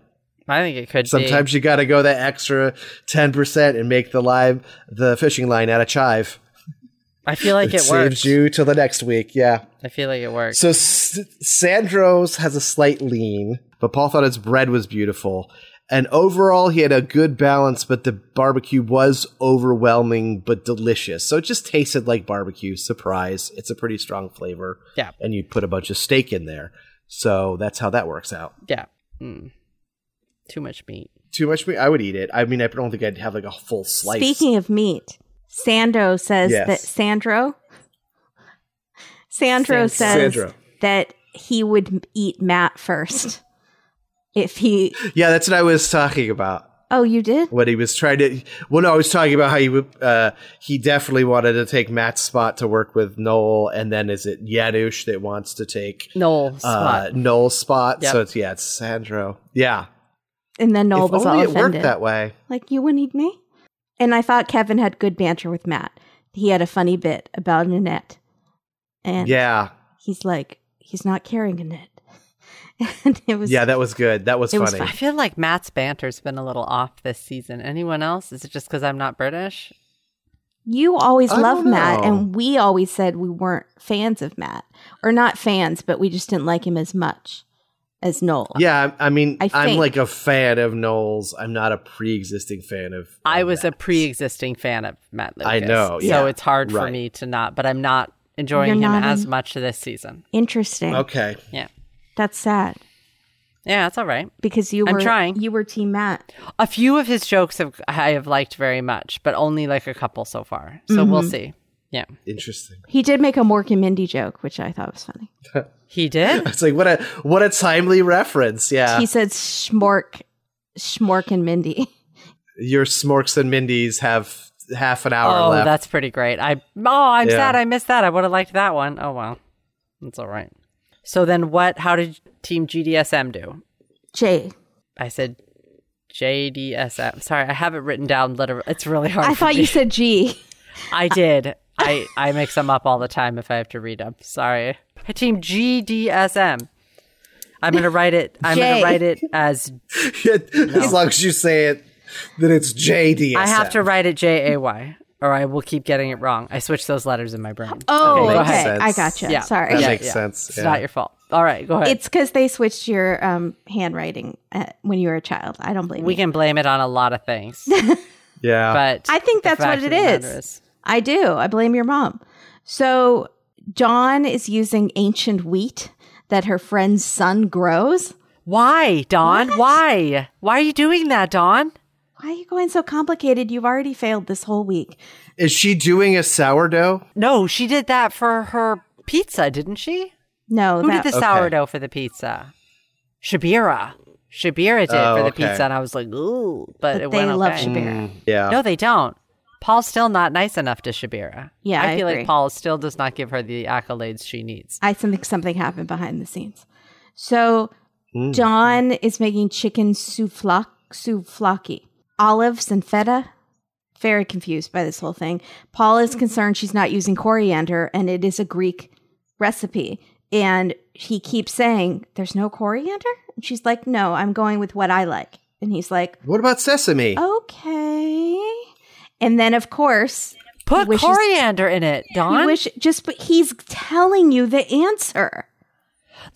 Speaker 2: I think it could
Speaker 3: Sometimes you got to go that extra ten percent and make the live the fishing line out of chive.
Speaker 2: be. I feel like it,
Speaker 3: saves
Speaker 2: works.
Speaker 3: you till the next week. Yeah.
Speaker 2: I feel like it works.
Speaker 3: So S- Sandro's has a slight lean, but Paul thought his bread was beautiful. And overall, he had a good balance, but the barbecue was overwhelming but delicious. So it just tasted like barbecue. Surprise. It's a pretty strong flavor.
Speaker 2: Yeah.
Speaker 3: And you put a bunch of steak in there. So that's how that works out.
Speaker 2: yeah. Mm. Too much meat.
Speaker 3: Too much meat? I would eat it. I mean, I don't think I'd have like a full slice.
Speaker 1: Speaking of meat, Sandro says
Speaker 3: Yes.
Speaker 1: that Sandro Sandro
Speaker 2: Sandro.
Speaker 1: says
Speaker 3: Sandro.
Speaker 1: that he would eat Matt first. If he
Speaker 3: Yeah, that's what I was talking about.
Speaker 1: Oh, you did?
Speaker 3: What he was trying to. Well, no, I was talking about how he would. Uh, he definitely wanted to take Matt's spot to work with Noel, and then is it Yanush that wants to take
Speaker 2: No
Speaker 3: uh,
Speaker 2: spot.
Speaker 3: Noel's spot?
Speaker 2: Yep.
Speaker 3: So it's yeah, it's Sandro. Yeah,
Speaker 1: And then Noel
Speaker 3: if
Speaker 1: was
Speaker 3: only
Speaker 1: all
Speaker 3: it worked
Speaker 1: offended.
Speaker 3: that way.
Speaker 1: Like you wouldn't eat me? And I thought Kevin had good banter with Matt. He had a funny bit about Nanette. And
Speaker 3: Yeah,
Speaker 1: he's like, he's not carrying a net. and it was
Speaker 3: yeah, that was good. That was
Speaker 1: It was
Speaker 3: funny.
Speaker 2: I feel like Matt's banter's been a little off this season. Anyone else? Is it just because I'm not British?
Speaker 1: You always
Speaker 3: I
Speaker 1: loved
Speaker 3: don't
Speaker 1: Matt,
Speaker 3: know.
Speaker 1: and we always said we weren't fans of Matt, or not fans, but we just didn't like him as much as Noel.
Speaker 3: yeah, I I mean,
Speaker 1: I
Speaker 3: I am
Speaker 1: think-
Speaker 3: like a fan of Noel's. I'm not a pre-existing fan of.
Speaker 2: I
Speaker 3: of
Speaker 2: was a
Speaker 3: Matt's.
Speaker 2: pre-existing fan of Matt Lucas.
Speaker 3: I know,
Speaker 1: yeah.
Speaker 2: so it's hard for
Speaker 3: Right.
Speaker 2: me to not. But I'm not enjoying
Speaker 1: You're
Speaker 2: him
Speaker 1: not
Speaker 2: as
Speaker 1: in-
Speaker 2: much this season.
Speaker 1: Interesting.
Speaker 3: Okay.
Speaker 2: Yeah,
Speaker 1: That's sad
Speaker 2: yeah, it's all right.
Speaker 1: because you
Speaker 2: I'm
Speaker 1: were
Speaker 2: trying.
Speaker 1: You were Team Matt.
Speaker 2: A few of his jokes have, I have liked very much, but only like a couple so far. So we'll
Speaker 1: Mm-hmm.
Speaker 2: see. Yeah,
Speaker 3: Interesting.
Speaker 1: He did make a Mork and Mindy joke, which I thought was funny.
Speaker 2: he did.
Speaker 3: It's like what a what a timely reference. Yeah.
Speaker 1: He said Schmork, Schmork and Mindy.
Speaker 3: your Smorks and Mindy's have half an hour
Speaker 2: oh,
Speaker 3: left.
Speaker 2: that's pretty great. I oh, I'm
Speaker 3: Yeah.
Speaker 2: sad I missed that. I would have liked that one. Oh well, it's all right. So then, what? How did Team GDSM do?
Speaker 1: Jay,
Speaker 2: I said JDSM. Sorry, I have it written down. Literally, it's really hard.
Speaker 1: I
Speaker 2: for
Speaker 1: thought
Speaker 2: me.
Speaker 1: you said G.
Speaker 2: I did. I, I mix them up all the time if I have to read them. Sorry. Team GDSM. I'm gonna write it. I'm
Speaker 1: J.
Speaker 2: gonna write it as
Speaker 3: as long as you say it, then it's JDSM.
Speaker 2: I have to write it J A Y, or I will keep getting it wrong. I switch those letters in my brain.
Speaker 1: Oh,
Speaker 3: That
Speaker 1: okay.
Speaker 3: makes sense.
Speaker 1: I gotcha.
Speaker 2: Yeah.
Speaker 1: Sorry.
Speaker 3: That
Speaker 2: Yeah,
Speaker 3: makes
Speaker 2: yeah.
Speaker 3: sense.
Speaker 2: It's
Speaker 3: yeah.
Speaker 2: not your fault. All right, go ahead.
Speaker 1: It's because they switched your um, handwriting uh, when you were a child. I don't blame
Speaker 2: we
Speaker 1: you.
Speaker 2: can blame it on a lot of things,
Speaker 3: yeah.
Speaker 2: but
Speaker 1: I think
Speaker 2: the
Speaker 1: that's
Speaker 2: fact
Speaker 1: what it
Speaker 2: of the
Speaker 1: is.
Speaker 2: matter
Speaker 1: I do. I blame your mom. So Dawn is using ancient wheat that her friend's son grows.
Speaker 2: Why, Don? Why? Why are you doing that, Don?
Speaker 1: Why are you going so complicated? You've already failed this whole week.
Speaker 3: Is she doing a sourdough?
Speaker 2: No, she did that for her pizza, didn't she?
Speaker 1: No,
Speaker 2: Who
Speaker 1: that
Speaker 3: Oh.
Speaker 2: did the sourdough for the pizza? Shabira. Shabira did
Speaker 3: Oh,
Speaker 2: for the
Speaker 3: okay.
Speaker 2: pizza, and I was like, ooh, but,
Speaker 1: but
Speaker 2: it
Speaker 1: they
Speaker 2: went
Speaker 1: love
Speaker 2: okay.
Speaker 3: Mm.
Speaker 1: Shabira.
Speaker 3: Yeah.
Speaker 2: No, they don't. Paul's still not nice enough to Shabira.
Speaker 1: Yeah,
Speaker 2: I,
Speaker 1: I
Speaker 2: feel
Speaker 1: agree.
Speaker 2: like Paul still does not give her the accolades she needs.
Speaker 1: I think something happened behind the scenes. So Dawn is making chicken souflak, souflaki, olives and feta. Very confused by this whole thing. Paul is concerned she's not using coriander, and it is a Greek recipe. And he keeps saying, "There's no coriander." And she's like, "No, I'm going with what I like." And he's like,
Speaker 3: What about sesame?
Speaker 2: Oh.
Speaker 1: "Okay." And then, of course,
Speaker 2: Put
Speaker 1: wishes-
Speaker 2: coriander in it,
Speaker 1: you
Speaker 2: Don.
Speaker 1: wish just but he's telling you the answer.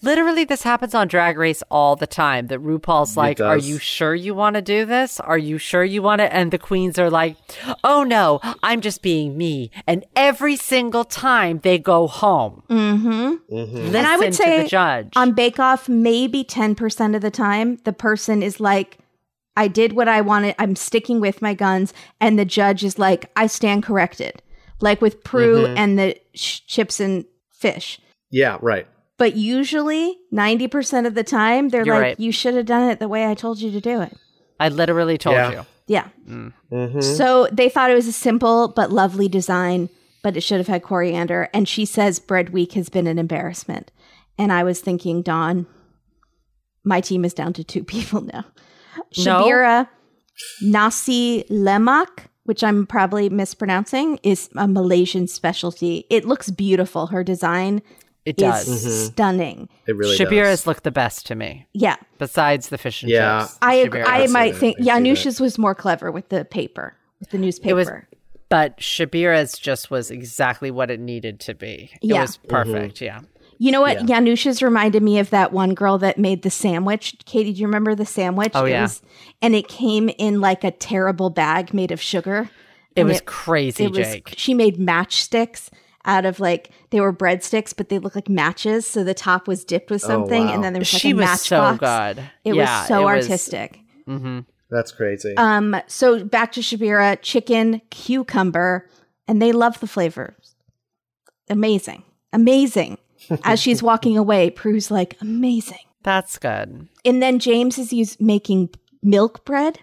Speaker 2: Literally, this happens on Drag Race all the time. That RuPaul's like, "Are
Speaker 3: does.
Speaker 2: you sure you want to do this? Are you sure you want to?" And the queens are like, "Oh no, I'm just being me." And every single time they go home,
Speaker 1: Mm-hmm.
Speaker 3: Mhm.
Speaker 2: listen
Speaker 1: I would
Speaker 2: to
Speaker 1: say
Speaker 2: the judge.
Speaker 1: on Bake Off, maybe 10% of the time, the person is like, I did what I wanted. I'm sticking with my guns. And the judge is like, I stand corrected. Like with Prue
Speaker 2: Mm-hmm.
Speaker 1: and the sh- chips and fish.
Speaker 3: Yeah, right.
Speaker 1: But usually, 90% of the time, they're
Speaker 2: You're
Speaker 1: like,
Speaker 2: right.
Speaker 1: you should have done it the way I told you to do it.
Speaker 2: I literally told
Speaker 3: Yeah.
Speaker 2: you.
Speaker 1: Yeah.
Speaker 3: hmm
Speaker 1: So they thought it was a simple but lovely design, but it should have had coriander. And she says Bread Week has been an embarrassment. And I was thinking, Dawn, my team is down to two people now.
Speaker 2: No.
Speaker 1: Shabira Nasi Lemak, which I'm probably mispronouncing, is a Malaysian specialty. It looks beautiful. Her design
Speaker 2: It
Speaker 1: is
Speaker 2: does.
Speaker 1: stunning.
Speaker 3: It Mm-hmm. really
Speaker 2: Shabira's
Speaker 3: does.
Speaker 2: looked the best to me,
Speaker 1: Yeah.
Speaker 2: besides the fish and
Speaker 3: Yeah.
Speaker 2: chips.
Speaker 1: I agree.
Speaker 2: Shabira.
Speaker 1: I
Speaker 3: I'd say
Speaker 1: might
Speaker 3: that.
Speaker 1: think
Speaker 3: I see that.
Speaker 1: Yanusha's was more clever with the paper, with the newspaper.
Speaker 2: was- but Shabira's just was exactly what it needed to be. It
Speaker 1: Yeah.
Speaker 2: was perfect.
Speaker 3: Mm-hmm.
Speaker 2: Yeah.
Speaker 1: You know what? Yanusha's reminded me of that one girl that made the sandwich. Katie, do you remember the sandwich?
Speaker 2: Oh,
Speaker 1: It
Speaker 2: yeah.
Speaker 1: was- and it came in like a terrible bag made of sugar.
Speaker 2: It
Speaker 1: And
Speaker 2: was crazy,
Speaker 1: it was-
Speaker 2: Jake.
Speaker 1: she made matchsticks out of like they were breadsticks, but they looked like matches. So the top was dipped with something,
Speaker 3: wow.
Speaker 1: and then there was like
Speaker 2: Oh, she
Speaker 1: a
Speaker 2: was so
Speaker 1: matchbox.
Speaker 2: good.
Speaker 1: It
Speaker 2: Yeah,
Speaker 1: was so
Speaker 2: it
Speaker 1: artistic.
Speaker 2: mhm.
Speaker 3: That's crazy.
Speaker 2: Uh,
Speaker 1: Um, so back to Shabira, chicken, cucumber, and they love the flavors. Amazing, amazing. As she's walking away, Prue's like, amazing.
Speaker 2: That's good.
Speaker 1: And then James is use, making milk bread,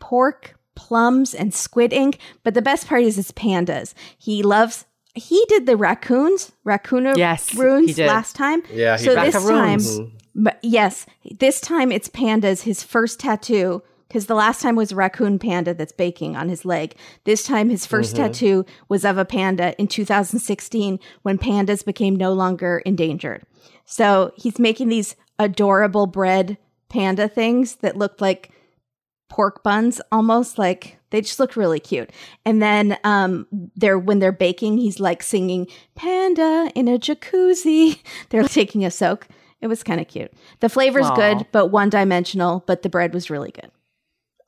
Speaker 1: pork, plums, and squid ink. But the best part is it's pandas. He loves. He did the raccoons, raccoon
Speaker 2: Yes, he
Speaker 1: runes
Speaker 2: did.
Speaker 1: last time.
Speaker 3: Yeah, he
Speaker 1: so
Speaker 3: did.
Speaker 1: this time,
Speaker 2: Raccaroons.
Speaker 3: Mm-hmm.
Speaker 1: but yes, this time it's pandas. His first tattoo, because the last time was a raccoon panda that's baking on his leg. This time, his 1st tattoo was of a panda in 2016 when pandas became no longer endangered. So he's making these adorable bread panda things that looked like pork buns almost like they just looked really cute and then um they're when they're baking he's like singing panda in a jacuzzi they're taking a soak it was kind of cute the flavor's
Speaker 2: Aw.
Speaker 1: good but one dimensional but the bread was really good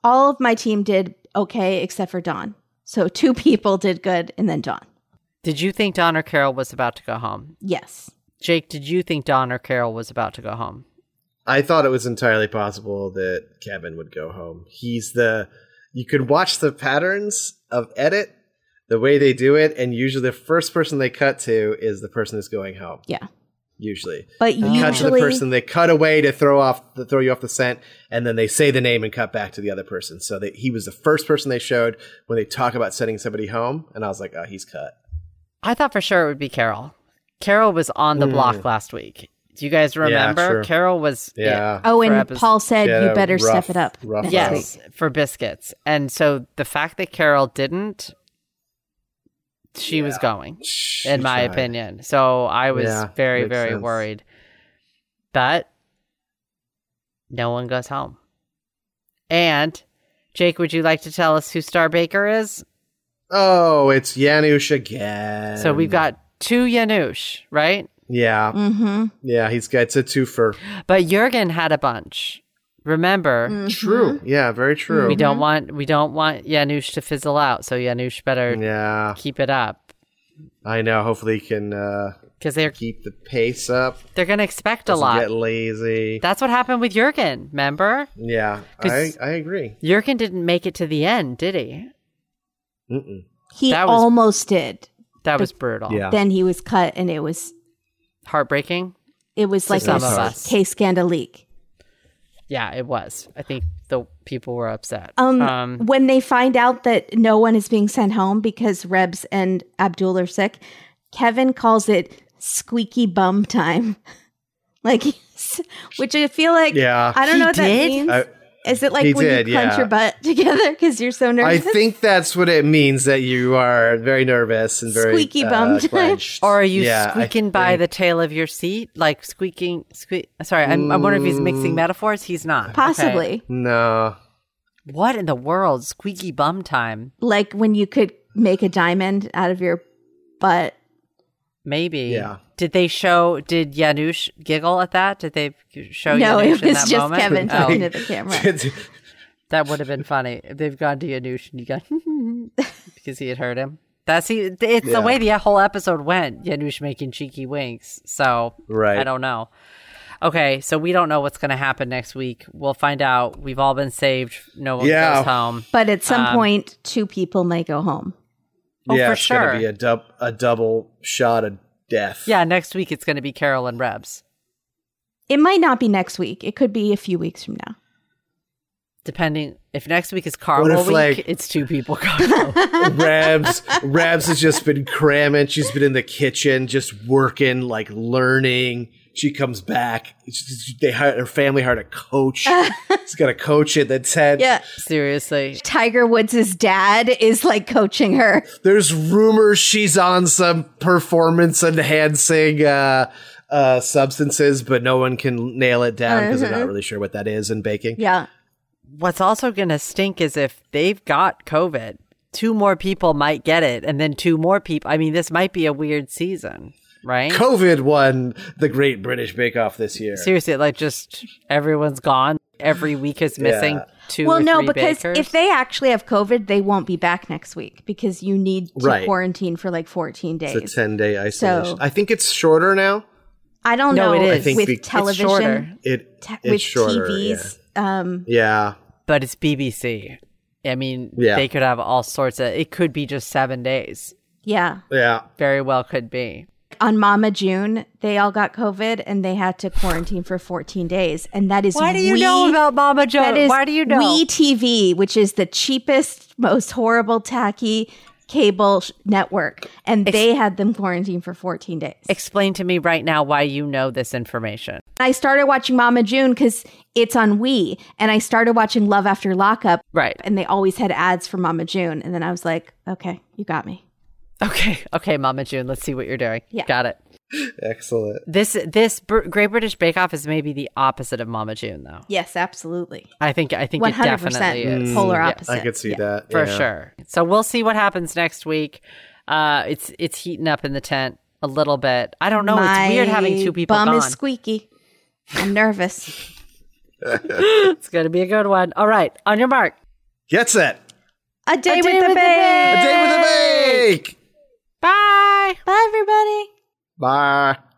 Speaker 1: all of my team did okay except for dawn so two people did good and then dawn
Speaker 2: Did you think Don or Carol was about to go home?
Speaker 1: yes
Speaker 2: Jake, did you think Don or Carol was about to go home?
Speaker 3: I thought it was entirely possible that Kevin would go home. He's the you could watch the patterns of edit, the way they do it, and usually the first person they cut to is the person who's going home.
Speaker 1: Yeah.
Speaker 3: Usually.
Speaker 1: but
Speaker 2: Oh.
Speaker 3: They cut to the
Speaker 1: usually
Speaker 3: person, they cut away to throw off to throw you off the scent, and then they say the name and cut back to the other person. So that he was the first person they showed when they talk about sending somebody home, and I was like, Oh, he's cut.
Speaker 2: I thought for sure it would be Carol. Carol was on the block last week. Do you guys remember?
Speaker 3: Mm. true.
Speaker 2: Carol was it
Speaker 3: Yeah.
Speaker 1: oh
Speaker 2: for
Speaker 1: and
Speaker 2: epis-
Speaker 1: paul said
Speaker 3: Yeah,
Speaker 1: you better
Speaker 3: rough-
Speaker 1: step it up
Speaker 3: rough
Speaker 1: next
Speaker 3: route.
Speaker 1: week.
Speaker 2: Yes, for biscuits. And so the fact that Carol didn't she was going,
Speaker 3: She
Speaker 2: in my
Speaker 3: tried.
Speaker 2: opinion. So I was
Speaker 3: Yeah,
Speaker 2: very,
Speaker 3: makes
Speaker 2: very
Speaker 3: sense.
Speaker 2: worried. But no one goes home. And Jake, would you like to tell us who Star Baker is?
Speaker 3: Oh, it's Yanush again.
Speaker 2: so we've got two Yanush, right?
Speaker 3: Yeah,
Speaker 1: Mm-hmm.
Speaker 3: yeah, he's got it's a twofer.
Speaker 2: But Jurgen had a bunch. Remember,
Speaker 3: Mm. True. Yeah, very true.
Speaker 2: we don't want we don't want Yanush to fizzle out. So Yanush better
Speaker 3: Yeah,
Speaker 2: keep it up
Speaker 3: I know. Hopefully, he can uh,
Speaker 2: because they're
Speaker 3: keep the pace up.
Speaker 2: they're gonna expect a
Speaker 3: doesn't
Speaker 2: lot.
Speaker 3: Get lazy.
Speaker 2: That's what happened with Jurgen. Remember,
Speaker 3: yeah,
Speaker 2: 'Cause-
Speaker 3: I I agree.
Speaker 2: Jurgen didn't make it to the end, did he?
Speaker 3: Mm-mm.
Speaker 1: mm-hmm. He
Speaker 2: That was-
Speaker 1: almost did.
Speaker 2: That was brutal.
Speaker 3: Yeah.
Speaker 1: Then he was cut, and it was
Speaker 2: Heartbreaking.
Speaker 1: it was like
Speaker 2: some
Speaker 1: a
Speaker 2: of us.
Speaker 1: case scandalique.
Speaker 2: Yeah, it was. I think the people were upset.
Speaker 1: Um, when they find out that no one is being sent home because Rebs and Abdul are sick, Kevin calls it squeaky bum time. Like, which I feel like
Speaker 3: Yeah.
Speaker 1: I don't
Speaker 2: He
Speaker 1: know what
Speaker 2: did?
Speaker 1: that means.
Speaker 3: I-
Speaker 1: is it like
Speaker 3: he
Speaker 1: when
Speaker 3: did,
Speaker 1: you clench
Speaker 3: yeah.
Speaker 1: your butt together because you're so
Speaker 3: I
Speaker 1: nervous?
Speaker 3: think that's what it means that you are very nervous and very
Speaker 1: Squeaky
Speaker 3: uh,
Speaker 1: bummed.
Speaker 3: clenched.
Speaker 2: or are you
Speaker 3: Yeah, I
Speaker 2: squeaking by
Speaker 3: think-
Speaker 2: the tail of your seat, like squeaking? Sque- Sorry, I'm, I'm wondering if he's
Speaker 3: Mm.
Speaker 2: mixing metaphors. He's not. Okay.
Speaker 1: Possibly.
Speaker 3: No.
Speaker 2: What in the world? Squeaky bum time.
Speaker 1: Like when you could make a diamond out of your butt.
Speaker 2: Maybe.
Speaker 3: Yeah.
Speaker 2: Did they show? Did Yanush giggle at that? Did they show?
Speaker 1: no,
Speaker 2: Yanush
Speaker 1: it
Speaker 2: in
Speaker 1: was
Speaker 2: that
Speaker 1: just
Speaker 2: moment?
Speaker 1: Kevin
Speaker 2: Oh,
Speaker 1: talking to the camera.
Speaker 2: that would have been funny if they've gone to Yanush and you got because he had heard him. That's he. It's the
Speaker 3: Yeah.
Speaker 2: way the whole episode went. Yanush making cheeky winks. So
Speaker 3: Right.
Speaker 2: I don't know. Okay, so we don't know what's going to happen next week. We'll find out. We've all been saved. No one
Speaker 3: Yeah.
Speaker 2: goes home.
Speaker 1: But at some
Speaker 2: Um,
Speaker 1: point, two people might go home.
Speaker 2: Oh,
Speaker 3: yeah,
Speaker 2: for
Speaker 3: it's gonna
Speaker 2: sure.
Speaker 3: be a dub a double shot of death.
Speaker 2: Yeah, next week it's going to be Carol and Rebs.
Speaker 1: It might not be next week. It could be a few weeks from now.
Speaker 2: Depending if next week is
Speaker 3: What
Speaker 2: Carnival
Speaker 3: if,
Speaker 2: week,
Speaker 3: like-
Speaker 2: it's two people going home.
Speaker 3: Rabs Rabs has just been cramming. She's been in the kitchen, just working, like learning. She comes back. She- They hired, her family hired a coach. She's got a coach at the tent.
Speaker 1: Yeah.
Speaker 2: Seriously,
Speaker 1: Tiger Woods' dad is like coaching her.
Speaker 3: There's rumors she's on some performance enhancing uh, uh, substances, but no one can nail it down because they're not really sure what that is in baking.
Speaker 1: Uh-huh. Yeah.
Speaker 2: what's also going to stink is if they've got COVID, two more people might get it, and then two more people. I mean, this might be a weird season, right?
Speaker 3: COVID won the Great British Bake Off this year.
Speaker 2: Seriously, like just everyone's gone. Every week is missing
Speaker 3: Yeah.
Speaker 2: two.
Speaker 1: well,
Speaker 2: or
Speaker 1: no,
Speaker 2: three
Speaker 1: because
Speaker 2: bakers.
Speaker 1: if they actually have COVID, they won't be back next week because you need to
Speaker 3: Right.
Speaker 1: quarantine for like 14 days.
Speaker 3: It's a 10 day
Speaker 1: So-
Speaker 3: isolation. I think it's shorter now.
Speaker 1: I don't
Speaker 2: No,
Speaker 1: know
Speaker 2: it is. I
Speaker 3: think
Speaker 1: with
Speaker 3: be- It's
Speaker 1: television,
Speaker 2: it's shorter,
Speaker 3: It,
Speaker 1: te-
Speaker 3: it's
Speaker 1: with
Speaker 3: shorter.
Speaker 1: TVs. Um,
Speaker 3: Yeah. yeah.
Speaker 2: but it's BBC. I mean,
Speaker 3: Yeah.
Speaker 2: they could have all sorts of. It could be just seven days.
Speaker 1: yeah.
Speaker 3: Yeah.
Speaker 2: Very well, could be.
Speaker 1: On Mama June, they all got COVID and they had to quarantine for 14 days. And that is
Speaker 2: Why do you
Speaker 1: we-
Speaker 2: know about Mama Joe?
Speaker 1: That is
Speaker 2: Why do you know?
Speaker 1: We TV, which is the cheapest, most horrible, tacky cable sh- network, and they had them quarantined for 14 days.
Speaker 2: Explain to me right now why you know this information.
Speaker 1: I started watching Mama June because it's on We, and I started watching Love After Lockup,
Speaker 2: Right.
Speaker 1: and they always had ads for Mama June, and then I was like, okay, you got me.
Speaker 2: Okay. Okay, Mama June. Let's see what you're doing.
Speaker 1: Yeah.
Speaker 2: Got it.
Speaker 3: Excellent.
Speaker 2: This this Br- Great British Bake Off is maybe the opposite of Mama June, though.
Speaker 1: Yes, absolutely,
Speaker 2: I think I think it
Speaker 1: 100
Speaker 2: definitely
Speaker 1: percent
Speaker 2: is
Speaker 1: polar
Speaker 2: Yeah.
Speaker 1: opposite.
Speaker 3: I could see
Speaker 1: Mm, Yeah.
Speaker 3: that.
Speaker 2: for
Speaker 3: yeah.
Speaker 2: sure. So we'll see what happens next week. Uh, it's it's heating up in the tent a little bit. I don't know.
Speaker 1: My
Speaker 2: Oh, it's weird having two people
Speaker 1: Bum
Speaker 2: gone.
Speaker 1: is squeaky. I'm nervous.
Speaker 2: it's going to be a good one. All right, on your mark.
Speaker 3: Get set.
Speaker 1: A day,
Speaker 2: A
Speaker 1: with,
Speaker 2: day
Speaker 1: the
Speaker 2: with the
Speaker 1: babe.
Speaker 3: A day with a bake.
Speaker 2: Bye.
Speaker 1: Bye, everybody.
Speaker 3: Bye.